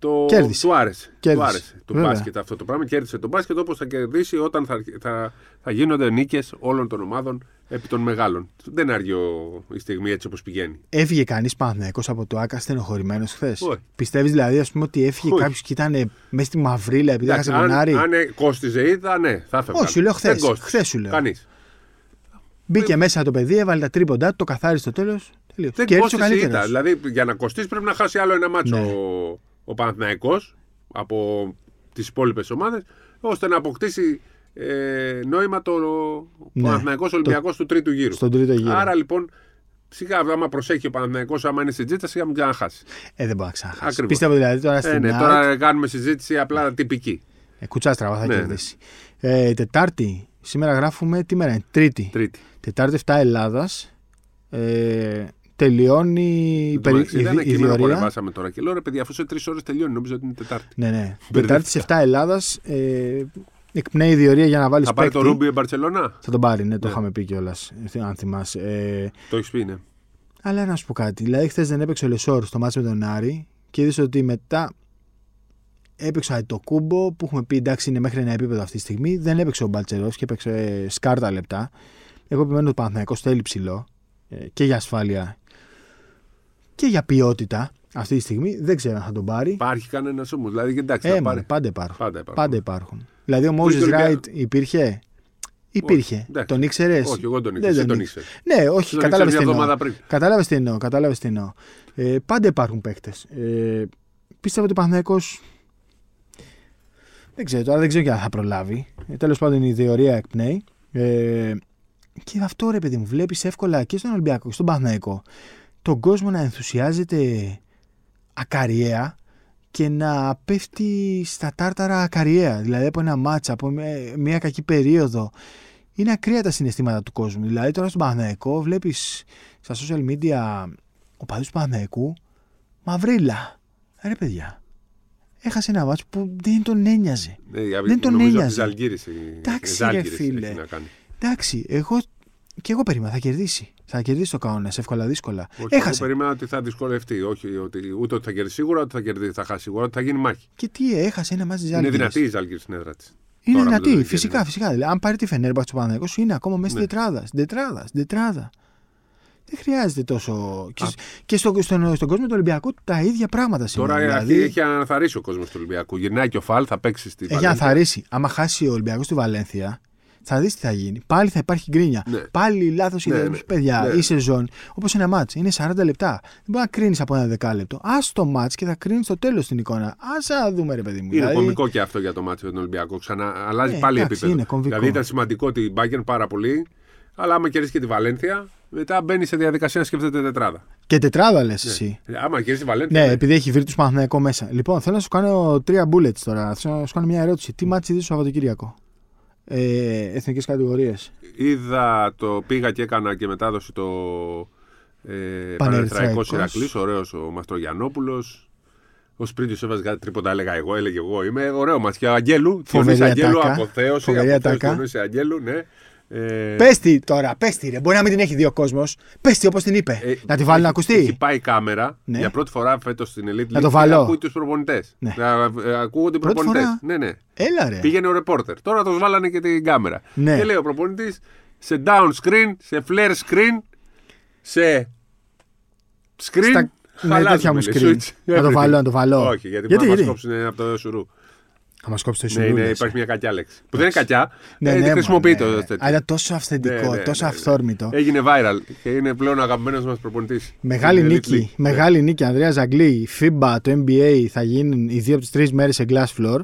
Speaker 1: το...
Speaker 2: Κέρδισε.
Speaker 1: του άρεσε.
Speaker 2: Κέρδισε.
Speaker 1: Του άρεσε το
Speaker 2: Βέβαια.
Speaker 1: μπάσκετ αυτό το πράγμα. Κέρδισε το μπάσκετ όπως θα κερδίσει όταν θα, θα, θα γίνονται νίκες όλων των ομάδων επί των μεγάλων. Δεν είναι αργό η στιγμή έτσι όπως πηγαίνει.
Speaker 2: έφυγε κανείς Παναθηναϊκός από το ΆΚΑ στενοχωρημένος χθες
Speaker 1: Όχι.
Speaker 2: πιστεύεις δηλαδή ας πούμε ότι έφυγε
Speaker 1: Όχι.
Speaker 2: κάποιος και ήταν μέσα στη μαυρίλα επειδή έχασε τον
Speaker 1: αν,
Speaker 2: Άρη
Speaker 1: αν ε, κόστιζε ή θα, ναι, θα έφευγαν.
Speaker 2: Όχι, σου λέω
Speaker 1: Δεν
Speaker 2: χθες.
Speaker 1: κόστιζε.
Speaker 2: Χθες σου λέω.
Speaker 1: Κανείς.
Speaker 2: μπήκε μέσα το παιδί έβαλε τα τρίποντά του το καθάρισε στο τέλος τελείωσε.
Speaker 1: Δεν
Speaker 2: κέρδισε ο
Speaker 1: κόστησε η ήττα.
Speaker 2: καλύτερος
Speaker 1: Δηλαδή για να κοστίσει πρέπει να χάσει άλλο ένα μάτσο
Speaker 2: Ναι.
Speaker 1: ο, ο Παναθηναϊκός από τις υπόλοιπες ομάδες, ώστε να αποκτήσει ε, νόημα το ο
Speaker 2: Ναι.
Speaker 1: Παναθηναϊκός Ολυμπιακός του τρίτου γύρου.
Speaker 2: στον τρίτο γύρο
Speaker 1: Άρα λοιπόν Σιγά, άμα προσέχει ο Παναθηναϊκός, άμα είναι συζήτηση, σιγά μην ξαναχάσει.
Speaker 2: Ε, δεν μπορεί να ξαναχάσει.
Speaker 1: Ακριβώς.
Speaker 2: Πίστευα δηλαδή τώρα στην
Speaker 1: Ε, ναι,
Speaker 2: ΑΕΚ,
Speaker 1: τώρα κάνουμε συζήτηση απλά τυπική.
Speaker 2: ε, κουτσά στραβά θα
Speaker 1: Ναι, ναι.
Speaker 2: κερδίσει. Ε, τετάρτη, σήμερα γράφουμε, τι μέρα είναι, Τρίτη.
Speaker 1: Τρίτη.
Speaker 2: Τετάρτη 7 Ελλάδας. Ε, τελειώνει η,
Speaker 1: Εν τω
Speaker 2: περι...
Speaker 1: μεταξύ,
Speaker 2: η,
Speaker 1: Ήταν
Speaker 2: δι- η
Speaker 1: ένα κείμενο που
Speaker 2: διορία.
Speaker 1: ανεβάσαμε τώρα και λέω ρε παιδιά, αφού σε τρεις ώρες τελειώνει, νομίζω ότι είναι Τετάρτη.
Speaker 2: Ναι, ναι. Τετάρτη
Speaker 1: Μπερδεύτηκα.
Speaker 2: 7 Ελλάδας. Ε, εκπνέει η διορία για να βάλει
Speaker 1: Θα πάρει το Ρούμπι η Μπαρσελόνα.
Speaker 2: Θα τον πάρει, ναι, το
Speaker 1: Ναι.
Speaker 2: είχαμε πει κιόλας. Αν θυμάσαι. Ε,
Speaker 1: Το έχεις πει, ναι.
Speaker 2: αλλά να σου πω κάτι. Δηλαδή, χθες δεν έπαιξε ο Λεσόρ στο μάτι με τον Άρη και είδες ότι μετά έπαιξε το κούμπο που έχουμε πει εντάξει είναι μέχρι ένα επίπεδο αυτή τη στιγμή. Δεν έπαιξε ο Μπαλτσερός και έπαιξε ε, σκάρτα λεπτά. Εγώ επιμένω ότι ο Παναθυναϊκό θέλει ψηλό ε, και για ασφάλεια και για ποιότητα αυτή τη στιγμή. Δεν ξέρω αν θα τον πάρει.
Speaker 1: Υπάρχει κανένα όμω. Δηλαδή, εντάξει,
Speaker 2: Ε,
Speaker 1: θα
Speaker 2: μωρέ,
Speaker 1: πάρει.
Speaker 2: πάντα υπάρχουν.
Speaker 1: Πάντα υπάρχει.
Speaker 2: Πάντα υπάρχουν. Δηλαδή ο
Speaker 1: Πού
Speaker 2: Μόζε
Speaker 1: και ο Ολυμπια-
Speaker 2: Ράιτ υπήρχε. Υπήρχε.
Speaker 1: εντάξει.
Speaker 2: Τον ήξερες.
Speaker 1: Όχι, εγώ τον
Speaker 2: Δεν
Speaker 1: ήξερα. Εσύ
Speaker 2: τον
Speaker 1: τον
Speaker 2: ήξερα.
Speaker 1: ήξερες.
Speaker 2: Ναι, όχι,
Speaker 1: Τον
Speaker 2: κατάλαβες τι
Speaker 1: ήξερα
Speaker 2: εννοώ.
Speaker 1: μια εβδομάδα πριν.
Speaker 2: Κατάλαβες τι εννοώ. Κατάλαβες τι εννοώ. Ε, πάντα υπάρχουν παίκτες. Ε, πίστευα ότι ο Παναθυναϊκό. Δεν ξέρω τώρα, δεν ξέρω και αν θα προλάβει. Ε, Τέλος πάντων η διορία εκπνέει. Ε, και αυτό ρε παιδί μου, βλέπεις εύκολα και στον Ολυμπιακό και στον Παναθηναϊκό τον κόσμο να ενθουσιάζεται ακαριέα και να πέφτει στα τάρταρα ακαριέα. Δηλαδή από ένα μάτσα, από μια- μια κακή περίοδο. Είναι ακραία τα συναισθήματα του κόσμου. Δηλαδή τώρα στον Παναθηναϊκό βλέπεις στα social media ο παδός του Παναθηναϊκού μαυρίλα. Ρε παιδιά, έχασε ένα μάτσο που δεν τον ένοιαζε.
Speaker 1: Ε,
Speaker 2: Δεν τον ένοιαζε. Εντάξει, ρε φίλε. Εντάξει, εγώ και εγώ περίμενα, θα κερδίσει. Θα κερδίσει το κανόνα, εύκολα δύσκολα.
Speaker 1: Έχασε.
Speaker 2: Έχασε.
Speaker 1: Περίμενα ότι θα δυσκολευτεί. Όχι, ότι, ούτε ότι θα κερδίσει σίγουρα, ούτε θα κερδίσει, θα χάσει σίγουρα, ότι θα γίνει μάχη.
Speaker 2: Και τι έχασε ένα μάτι της
Speaker 1: Είναι δυνατή η Ζαλγκύρη στην έδρα της.
Speaker 2: Είναι
Speaker 1: Τώρα με το
Speaker 2: δυνατή,
Speaker 1: Ζαλγκύρι,
Speaker 2: φυσικά,
Speaker 1: ναι.
Speaker 2: φυσικά. Δηλαδή, αν πάρει τη Φενέρμπαχτ του Παναθηναϊκού, είναι ακόμα μέσα στην
Speaker 1: Ναι.
Speaker 2: τετράδα. στην τετράδα, στην τετράδα. Δεν χρειάζεται τόσο. Και, σ- και στο, στον, στον κόσμο του Ολυμπιακού τα ίδια πράγματα συμβαίνουν.
Speaker 1: Τώρα
Speaker 2: δηλαδή,
Speaker 1: δηλαδή... έχει αναθαρίσει ο κόσμος του Ολυμπιακού. Γυρνάει και ο Φαλ, θα παίξει στη
Speaker 2: έχει
Speaker 1: Βαλένθια.
Speaker 2: ανθαρρήσει. Άμα χάσει ο Ολυμπιακός στη Βαλένθια, θα δεις τι θα γίνει. Πάλι θα υπάρχει γκρίνια.
Speaker 1: Ναι.
Speaker 2: Πάλι λάθος
Speaker 1: Ναι,
Speaker 2: ναι,
Speaker 1: ναι.
Speaker 2: παιδιά
Speaker 1: Ναι.
Speaker 2: ή σεζόν. Όπως ένα μάτ. Είναι 40 λεπτά. Δεν μπορεί να κρίνεις από ένα δεκάλεπτο. Ας το μάτ και θα κρίνεις στο τέλο την εικόνα. Ας να δούμε, ρε παιδί μου.
Speaker 1: Είναι
Speaker 2: δηλαδή,
Speaker 1: κομικό και αυτό για το μάτι με τον Ολυμπιακό. Ξανά αλλάζει
Speaker 2: Ε,
Speaker 1: πάλι
Speaker 2: εντάξει,
Speaker 1: επίπεδο.
Speaker 2: είναι κομβικό.
Speaker 1: Δηλαδή ήταν σημαντικό ότι η Μπάγκερ πάρα πολύ. Αλλά άμα κερδίσει και τη Βαλένθια, μετά μπαίνει σε διαδικασία να σκέφτεται τετράδα.
Speaker 2: Και τετράδα λες εσύ.
Speaker 1: Ε, Άμα κερδίσει τη Βαλένθια.
Speaker 2: Ναι, επειδή έχει βρει τους Παναθηναϊκό μέσα. Λοιπόν, θέλω να σου κάνω τρία bullets τώρα. Θέλω να σου κάνω μια ερώτηση.
Speaker 1: Ναι.
Speaker 2: Τι μάτς είδες το Σαββατοκύριακο. Ε, Εθνικές κατηγορίες.
Speaker 1: Είδα το, πήγα και έκανα και μετάδοση το ε, Πανερθραϊκό Ηρακλής. Ωραίος ο Μαστρογιανόπουλος. Ο Σπρίτιος έβαζε κάτι τρίποτα, έλεγα εγώ, έλεγε εγώ είμαι. Ωραίο μα και ο Αγγέλου.
Speaker 2: Φοβερή
Speaker 1: Φοβερή Αγγέλου,
Speaker 2: ατάκα.
Speaker 1: αποθέωση.
Speaker 2: Φοβερή
Speaker 1: Αποθέωση
Speaker 2: ατάκα.
Speaker 1: Διονύση Αγγέλου, ναι. Ε,
Speaker 2: Πες τη τώρα, πες τη ρε. Μπορεί να μην την έχει δει ο κόσμος. Πες τη όπως την είπε.
Speaker 1: ε,
Speaker 2: να τη βάλει να
Speaker 1: έχει- Έχει
Speaker 2: ακουστεί.
Speaker 1: πάει η κάμερα
Speaker 2: Ναι.
Speaker 1: για πρώτη φορά φέτος στην Elite League.
Speaker 2: το
Speaker 1: και
Speaker 2: βάλω.
Speaker 1: Ακούει τους προπονητές.
Speaker 2: Ναι.
Speaker 1: ε, Ακούγονται οι
Speaker 2: Πρώτη φορά.
Speaker 1: προπονητές. Ναι, ναι.
Speaker 2: Έλα ρε.
Speaker 1: Πήγαινε ο ρεπόρτερ. Τώρα το βάλανε και την κάμερα.
Speaker 2: Ναι.
Speaker 1: Και λέει ο προπονητής σε down screen, σε flare screen, σε screen.
Speaker 2: Στα- Ναι,
Speaker 1: χαλάζουμε,
Speaker 2: τέτοια μου
Speaker 1: λέει,
Speaker 2: screen.
Speaker 1: switch.
Speaker 2: Να το βάλω, να το βάλω.
Speaker 1: Όχι, γιατί,
Speaker 2: Γιατί,
Speaker 1: μπορεί
Speaker 2: γιατί?
Speaker 1: να μας κόψουν από το σουρού.
Speaker 2: Θα μα κόψει το
Speaker 1: Ναι,
Speaker 2: ισουρού.
Speaker 1: ναι,
Speaker 2: λες.
Speaker 1: υπάρχει μια κακιά λέξη. Που δεν είναι κακιά. ε, δεν
Speaker 2: μα,
Speaker 1: χρησιμοποιείται
Speaker 2: ναι.
Speaker 1: ως τέτοιο.
Speaker 2: Αλλά τόσο
Speaker 1: Ναι,
Speaker 2: αυθεντικό,
Speaker 1: ναι,
Speaker 2: τόσο
Speaker 1: ναι, ναι.
Speaker 2: αυθόρμητο.
Speaker 1: Έγινε viral και είναι πλέον αγαπημένος μας προπονητής.
Speaker 2: Μεγάλη νίκη, μεγάλη νίκη. Ανδρέας Ζαγκλή, FIBA, το NBA θα γίνουν οι δύο από τις τρεις μέρες σε glass floor.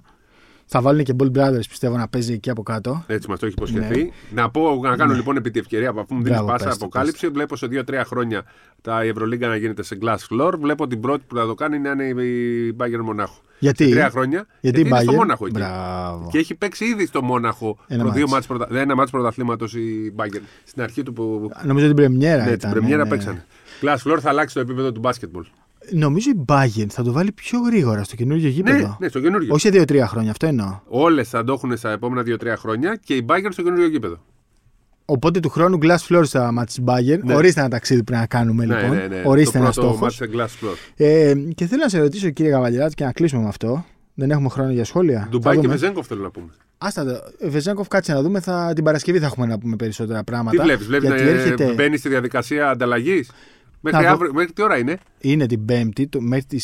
Speaker 2: Θα βάλουν και Ball Brothers πιστεύω να παίζει εκεί από κάτω.
Speaker 1: Έτσι μας το έχει υποσχεθεί. Να, πω, να κάνω λοιπόν επί τη ευκαιρία από αφού μου δίνει
Speaker 2: Ναι. Μπράβο,
Speaker 1: πάσα
Speaker 2: πες το,
Speaker 1: αποκάλυψη. Βλέπω σε δύο-τρία χρόνια τα η Ευρωλίγκα να γίνεται σε glass floor. Βλέπω την πρώτη που θα το κάνει να είναι η Bayern Μονάχο.
Speaker 2: Γιατί,
Speaker 1: Σε τρία χρόνια.
Speaker 2: γιατί η
Speaker 1: είναι στο
Speaker 2: Bayern-
Speaker 1: Μόναχο εκεί.
Speaker 2: Μπράβο.
Speaker 1: Και έχει παίξει ήδη στο Μόναχο
Speaker 2: Ένα
Speaker 1: προ- δύο
Speaker 2: μάτς.
Speaker 1: μάτς πρωτα... ένα μάτς πρωταθλήματος η Bayern. Στην αρχή του που
Speaker 2: Νομίζω την Πρεμιέρα
Speaker 1: ναι,
Speaker 2: ήταν.
Speaker 1: την πρεμιέρα
Speaker 2: ναι.
Speaker 1: παίξανε. Glass floor θα αλλάξει το επίπεδο του μπάσκετμπολ.
Speaker 2: Νομίζω η Bayern θα το βάλει πιο γρήγορα στο καινούργιο
Speaker 1: Ναι,
Speaker 2: γήπεδο.
Speaker 1: ναι, στο καινούργιο.
Speaker 2: Όχι σε δύο-τρία χρόνια, αυτό εννοώ.
Speaker 1: Όλες θα το έχουν στα επόμενα δύο-τρία χρόνια και η Bayern στο καινούργιο γήπεδο.
Speaker 2: Οπότε του χρόνου glass floor στα μάτια της Bayern.
Speaker 1: Ναι.
Speaker 2: Ορίστε ένα ταξίδι που πρέπει να κάνουμε
Speaker 1: Ναι,
Speaker 2: λοιπόν.
Speaker 1: ναι, ναι.
Speaker 2: Ορίστε
Speaker 1: το
Speaker 2: ένα
Speaker 1: πρώτο
Speaker 2: στόχος.
Speaker 1: μάτς σε glass floor.
Speaker 2: Ε, και θέλω να σε ρωτήσω, κύριε Καβαλιάτη, και να κλείσουμε με αυτό. Δεν έχουμε χρόνο για σχόλια.
Speaker 1: Ντουμπάι
Speaker 2: Θα
Speaker 1: και
Speaker 2: δούμε.
Speaker 1: Βεζέγκοφ θέλω να πούμε.
Speaker 2: Άστα το. Βεζέγκοφ, κάτσε να δούμε. Θα, την Παρασκευή θα έχουμε να πούμε περισσότερα πράγματα.
Speaker 1: Τι βλέπεις, βλέπεις να ε,
Speaker 2: γιατί έρχεται.
Speaker 1: μπαίνεις στη διαδικασία ανταλλαγής. Μέχρι,
Speaker 2: Να δω-
Speaker 1: αύριο, μέχρι τι ώρα είναι.
Speaker 2: Είναι την Πέμπτη το, μέχρι τις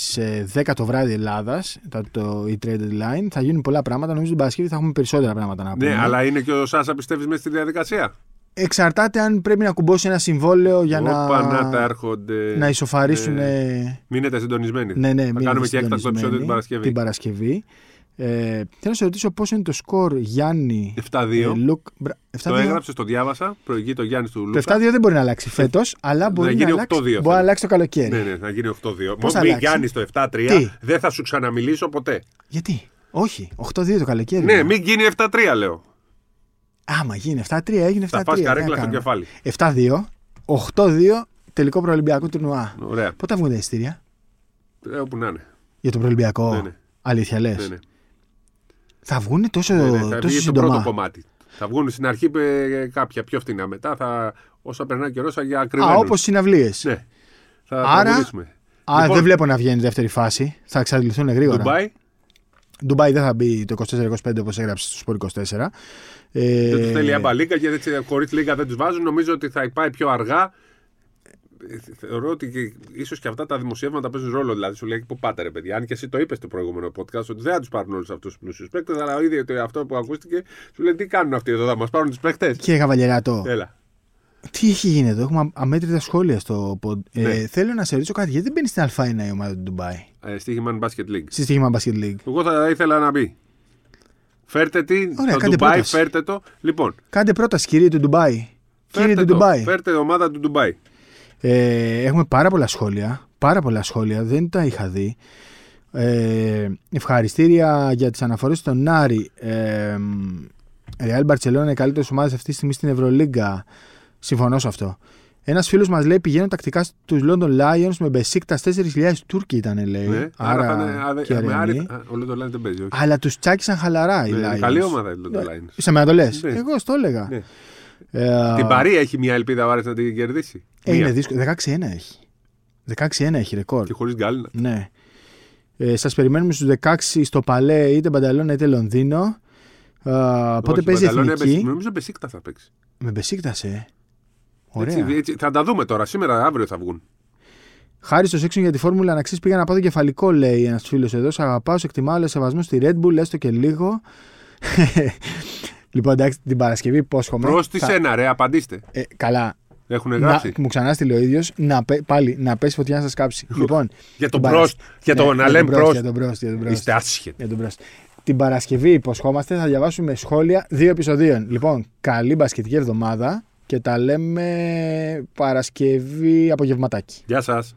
Speaker 2: 10 το βράδυ Ελλάδας, το, το, η trade deadline. Θα γίνουν πολλά πράγματα. Νομίζω την Παρασκευή θα έχουμε περισσότερα πράγματα να πούμε.
Speaker 1: Ναι, αλλά είναι και ο Σάσα, πιστεύεις, μέσα στη διαδικασία.
Speaker 2: Εξαρτάται αν πρέπει να κουμπώσει ένα συμβόλαιο για
Speaker 1: Όπα,
Speaker 2: να,
Speaker 1: να τα έρχονται.
Speaker 2: να ισοφαρίσουν. ε,
Speaker 1: Μείνετε συντονισμένοι.
Speaker 2: Ναι, ναι,
Speaker 1: θα
Speaker 2: μείνετε
Speaker 1: κάνουμε και έκτακτο
Speaker 2: συντονισμένοι
Speaker 1: επεισόδιο την Παρασκευή.
Speaker 2: Την Παρασκευή. Ε, θέλω να σε ρωτήσω πώς είναι το σκορ Γιάννη.
Speaker 1: 7-2.
Speaker 2: ε, Λουκ, μπρα- 7-2.
Speaker 1: Το έγραψες, το διάβασα. Προηγεί το Γιάννης του
Speaker 2: Το
Speaker 1: Λούκα.
Speaker 2: 7-2 δεν μπορεί να αλλάξει φέτος, αλλά μπορεί να,
Speaker 1: Ε, γίνει
Speaker 2: αλλάξει,
Speaker 1: 8-2
Speaker 2: μπορεί
Speaker 1: θέλω.
Speaker 2: να αλλάξει το καλοκαίρι.
Speaker 1: Ναι, ναι, θα γίνει 8-2.
Speaker 2: Πώς
Speaker 1: Μην
Speaker 2: αλλάξει?
Speaker 1: Γιάννης το 7-3,
Speaker 2: Τι?
Speaker 1: δεν θα σου ξαναμιλήσω ποτέ.
Speaker 2: Γιατί, όχι, 8-2 το καλοκαίρι.
Speaker 1: Ναι, μην γίνει 7-3, λέω.
Speaker 2: Άμα γίνει 7-3, έγινε 7-3.
Speaker 1: Θα πας
Speaker 2: τι να
Speaker 1: καρέκλα στο
Speaker 2: κάνουμε.
Speaker 1: κεφάλι.
Speaker 2: 7-2, 8-2, τελικό προελμπιακό τουρνουά.
Speaker 1: Ωραία.
Speaker 2: Πότε βγουν τα ειστήρια
Speaker 1: Ε, όπου να είναι.
Speaker 2: για τον προελμπιακό.
Speaker 1: Ναι, ναι.
Speaker 2: Αλήθεια λες.
Speaker 1: Ναι, ναι.
Speaker 2: Θα βγουν τόσο,
Speaker 1: Ναι, ναι,
Speaker 2: τόσο
Speaker 1: θα βγει το
Speaker 2: Ε, σύντομα.
Speaker 1: πρώτο κομμάτι. Θα βγουν στην αρχή ε, κάποια πιο φθηνά. Μετά, θα, όσο περνάει καιρός, θα για
Speaker 2: Α,
Speaker 1: ακριβένουν.
Speaker 2: όπως συναυλίες.
Speaker 1: Ναι. Θα
Speaker 2: Άρα-
Speaker 1: τραγουδήσουμε.
Speaker 2: Α,
Speaker 1: Λοιπόν,
Speaker 2: δεν βλέπω να βγαίνει η δεύτερη φάση. Θα εξαντληθούν γρήγορα.
Speaker 1: Ντουμπάι,
Speaker 2: Ντουμπάι δεν θα μπει το 24-25 όπως έγραψε στο Σπορ 24. Ε,
Speaker 1: δεν τους θέλει άμπα λίγα γιατί έτσι χωρί λίγα δεν τους βάζουν. Νομίζω ότι θα πάει πιο αργά. Ε, Θεωρώ ότι ίσως και αυτά τα δημοσιεύματα παίζουν ρόλο. Δηλαδή, σου λέει που πάτε, ρε παιδιά. Αν και εσύ το είπες στο προηγούμενο podcast, ότι δεν θα τους πάρουν όλους αυτούς τους πλούσιους παίκτες, αλλά ο ίδιος το- αυτό που ακούστηκε σου λέει τι κάνουν αυτοί εδώ, θα μας πάρουν τους παίκτες.
Speaker 2: Κύριε Καβαλιεράτο,
Speaker 1: Έλα.
Speaker 2: τι έχει γίνει εδώ. Έχουμε α- αμέτρητα σχόλια στο pod. Ε,
Speaker 1: Ναι.
Speaker 2: θέλω να σε ρωτήσω κάτι. Γιατί δεν μπαίνει στην Α1 η ομάδα του Ντουμπάι
Speaker 1: Ε, Στίχημα Basket League.
Speaker 2: στη στοίχημα Basket League.
Speaker 1: Εγώ θα ήθελα να μπει. Φέρτε τι,
Speaker 2: Ωραία,
Speaker 1: το
Speaker 2: κάντε
Speaker 1: Ντουμπάι,
Speaker 2: πρόταση.
Speaker 1: φέρτε το. Λοιπόν,
Speaker 2: Κάντε πρόταση, κύριε του Ντουμπάι. Κύριε
Speaker 1: φέρτε
Speaker 2: του
Speaker 1: το.
Speaker 2: Ντουμπάι.
Speaker 1: Φέρτε ομάδα του Ντουμπάι.
Speaker 2: Ε, έχουμε πάρα πολλά σχόλια. Πάρα πολλά σχόλια. Δεν τα είχα δει. Ε, ευχαριστήρια για τις αναφορές στον Νάρη. Ε, Real Barcelona είναι η καλύτερη ομάδα αυτή τη στιγμή στην Ευρωλίγκα. Συμφωνώ σε αυτό. Ένας φίλος μας λέει: Πηγαίνω τακτικά στους London Lions με μπεσίκτα 4.000 Τούρκοι ήταν, λέει.
Speaker 1: Ναι, άρα, θα είναι άδε-
Speaker 2: και
Speaker 1: με
Speaker 2: αραιοί.
Speaker 1: άρι- α, Ο Λόντο Λάιν δεν παίζει. όχι.
Speaker 2: Αλλά τους τσάκισαν χαλαρά οι
Speaker 1: Ναι, είναι
Speaker 2: Lions.
Speaker 1: Καλή ομάδα η
Speaker 2: Ε,
Speaker 1: Λόντο Λάιν.
Speaker 2: Σε μένα το λες.
Speaker 1: Ναι.
Speaker 2: Εγώ στο έλεγα.
Speaker 1: Ναι.
Speaker 2: Ε,
Speaker 1: Την Παρή έχει μια ελπίδα ο Άρης να την κερδίσει.
Speaker 2: ε,
Speaker 1: Μία.
Speaker 2: είναι δύσκολο. 16-1 έχει. 16-1 έχει ρεκόρ.
Speaker 1: Και χωρίς Γκάλινα.
Speaker 2: Ναι. Ε, Σας περιμένουμε στους 16 στο παλέ είτε Μπανταλώνα είτε Λονδίνο. Ε, πότε
Speaker 1: Όχι,
Speaker 2: παίζει η
Speaker 1: Μπανταλόνια
Speaker 2: εθνική.
Speaker 1: έπαιξε- Νομίζω Μπεσίκτα θα παίξει.
Speaker 2: Με μπεσίκτασε. Ωραία. Ναι,
Speaker 1: Έτσι, έτσι, θα τα δούμε τώρα. Σήμερα, αύριο θα βγουν.
Speaker 2: Χάρη στο Σέξον για τη φόρμουλα να ξέρεις πήγα να πάω το κεφαλικό, λέει ένας φίλος εδώ. Σ' αγαπάω, σε εκτιμάω, λέω σεβασμό στη Red Bull, έστω και λίγο. λοιπόν, εντάξει, την Παρασκευή υπόσχομαι.
Speaker 1: Προ τη
Speaker 2: θα-
Speaker 1: σένα, ρε, απαντήστε.
Speaker 2: ε, καλά.
Speaker 1: Έχουν
Speaker 2: Να,
Speaker 1: γράψει.
Speaker 2: μου ξανά στείλει ο ίδιος να, πέ- πάλι να πέσει φωτιά να σας κάψει. λοιπόν,
Speaker 1: Για τον
Speaker 2: την Παρασκευή-
Speaker 1: Prost, για τον
Speaker 2: Ναι,
Speaker 1: Alain
Speaker 2: για τον Prost,
Speaker 1: Prost.
Speaker 2: Για τον Prost, για τον Prost.
Speaker 1: Είστε άσχετοι.
Speaker 2: Για τον Μπρόστ. Την Παρασκευή υποσχόμαστε θα διαβάσουμε σχόλια δύο επεισοδίων. Λοιπόν, καλή μπασκετική εβδομάδα και τα λέμε Παρασκευή απογευματάκι.
Speaker 1: Γεια σας.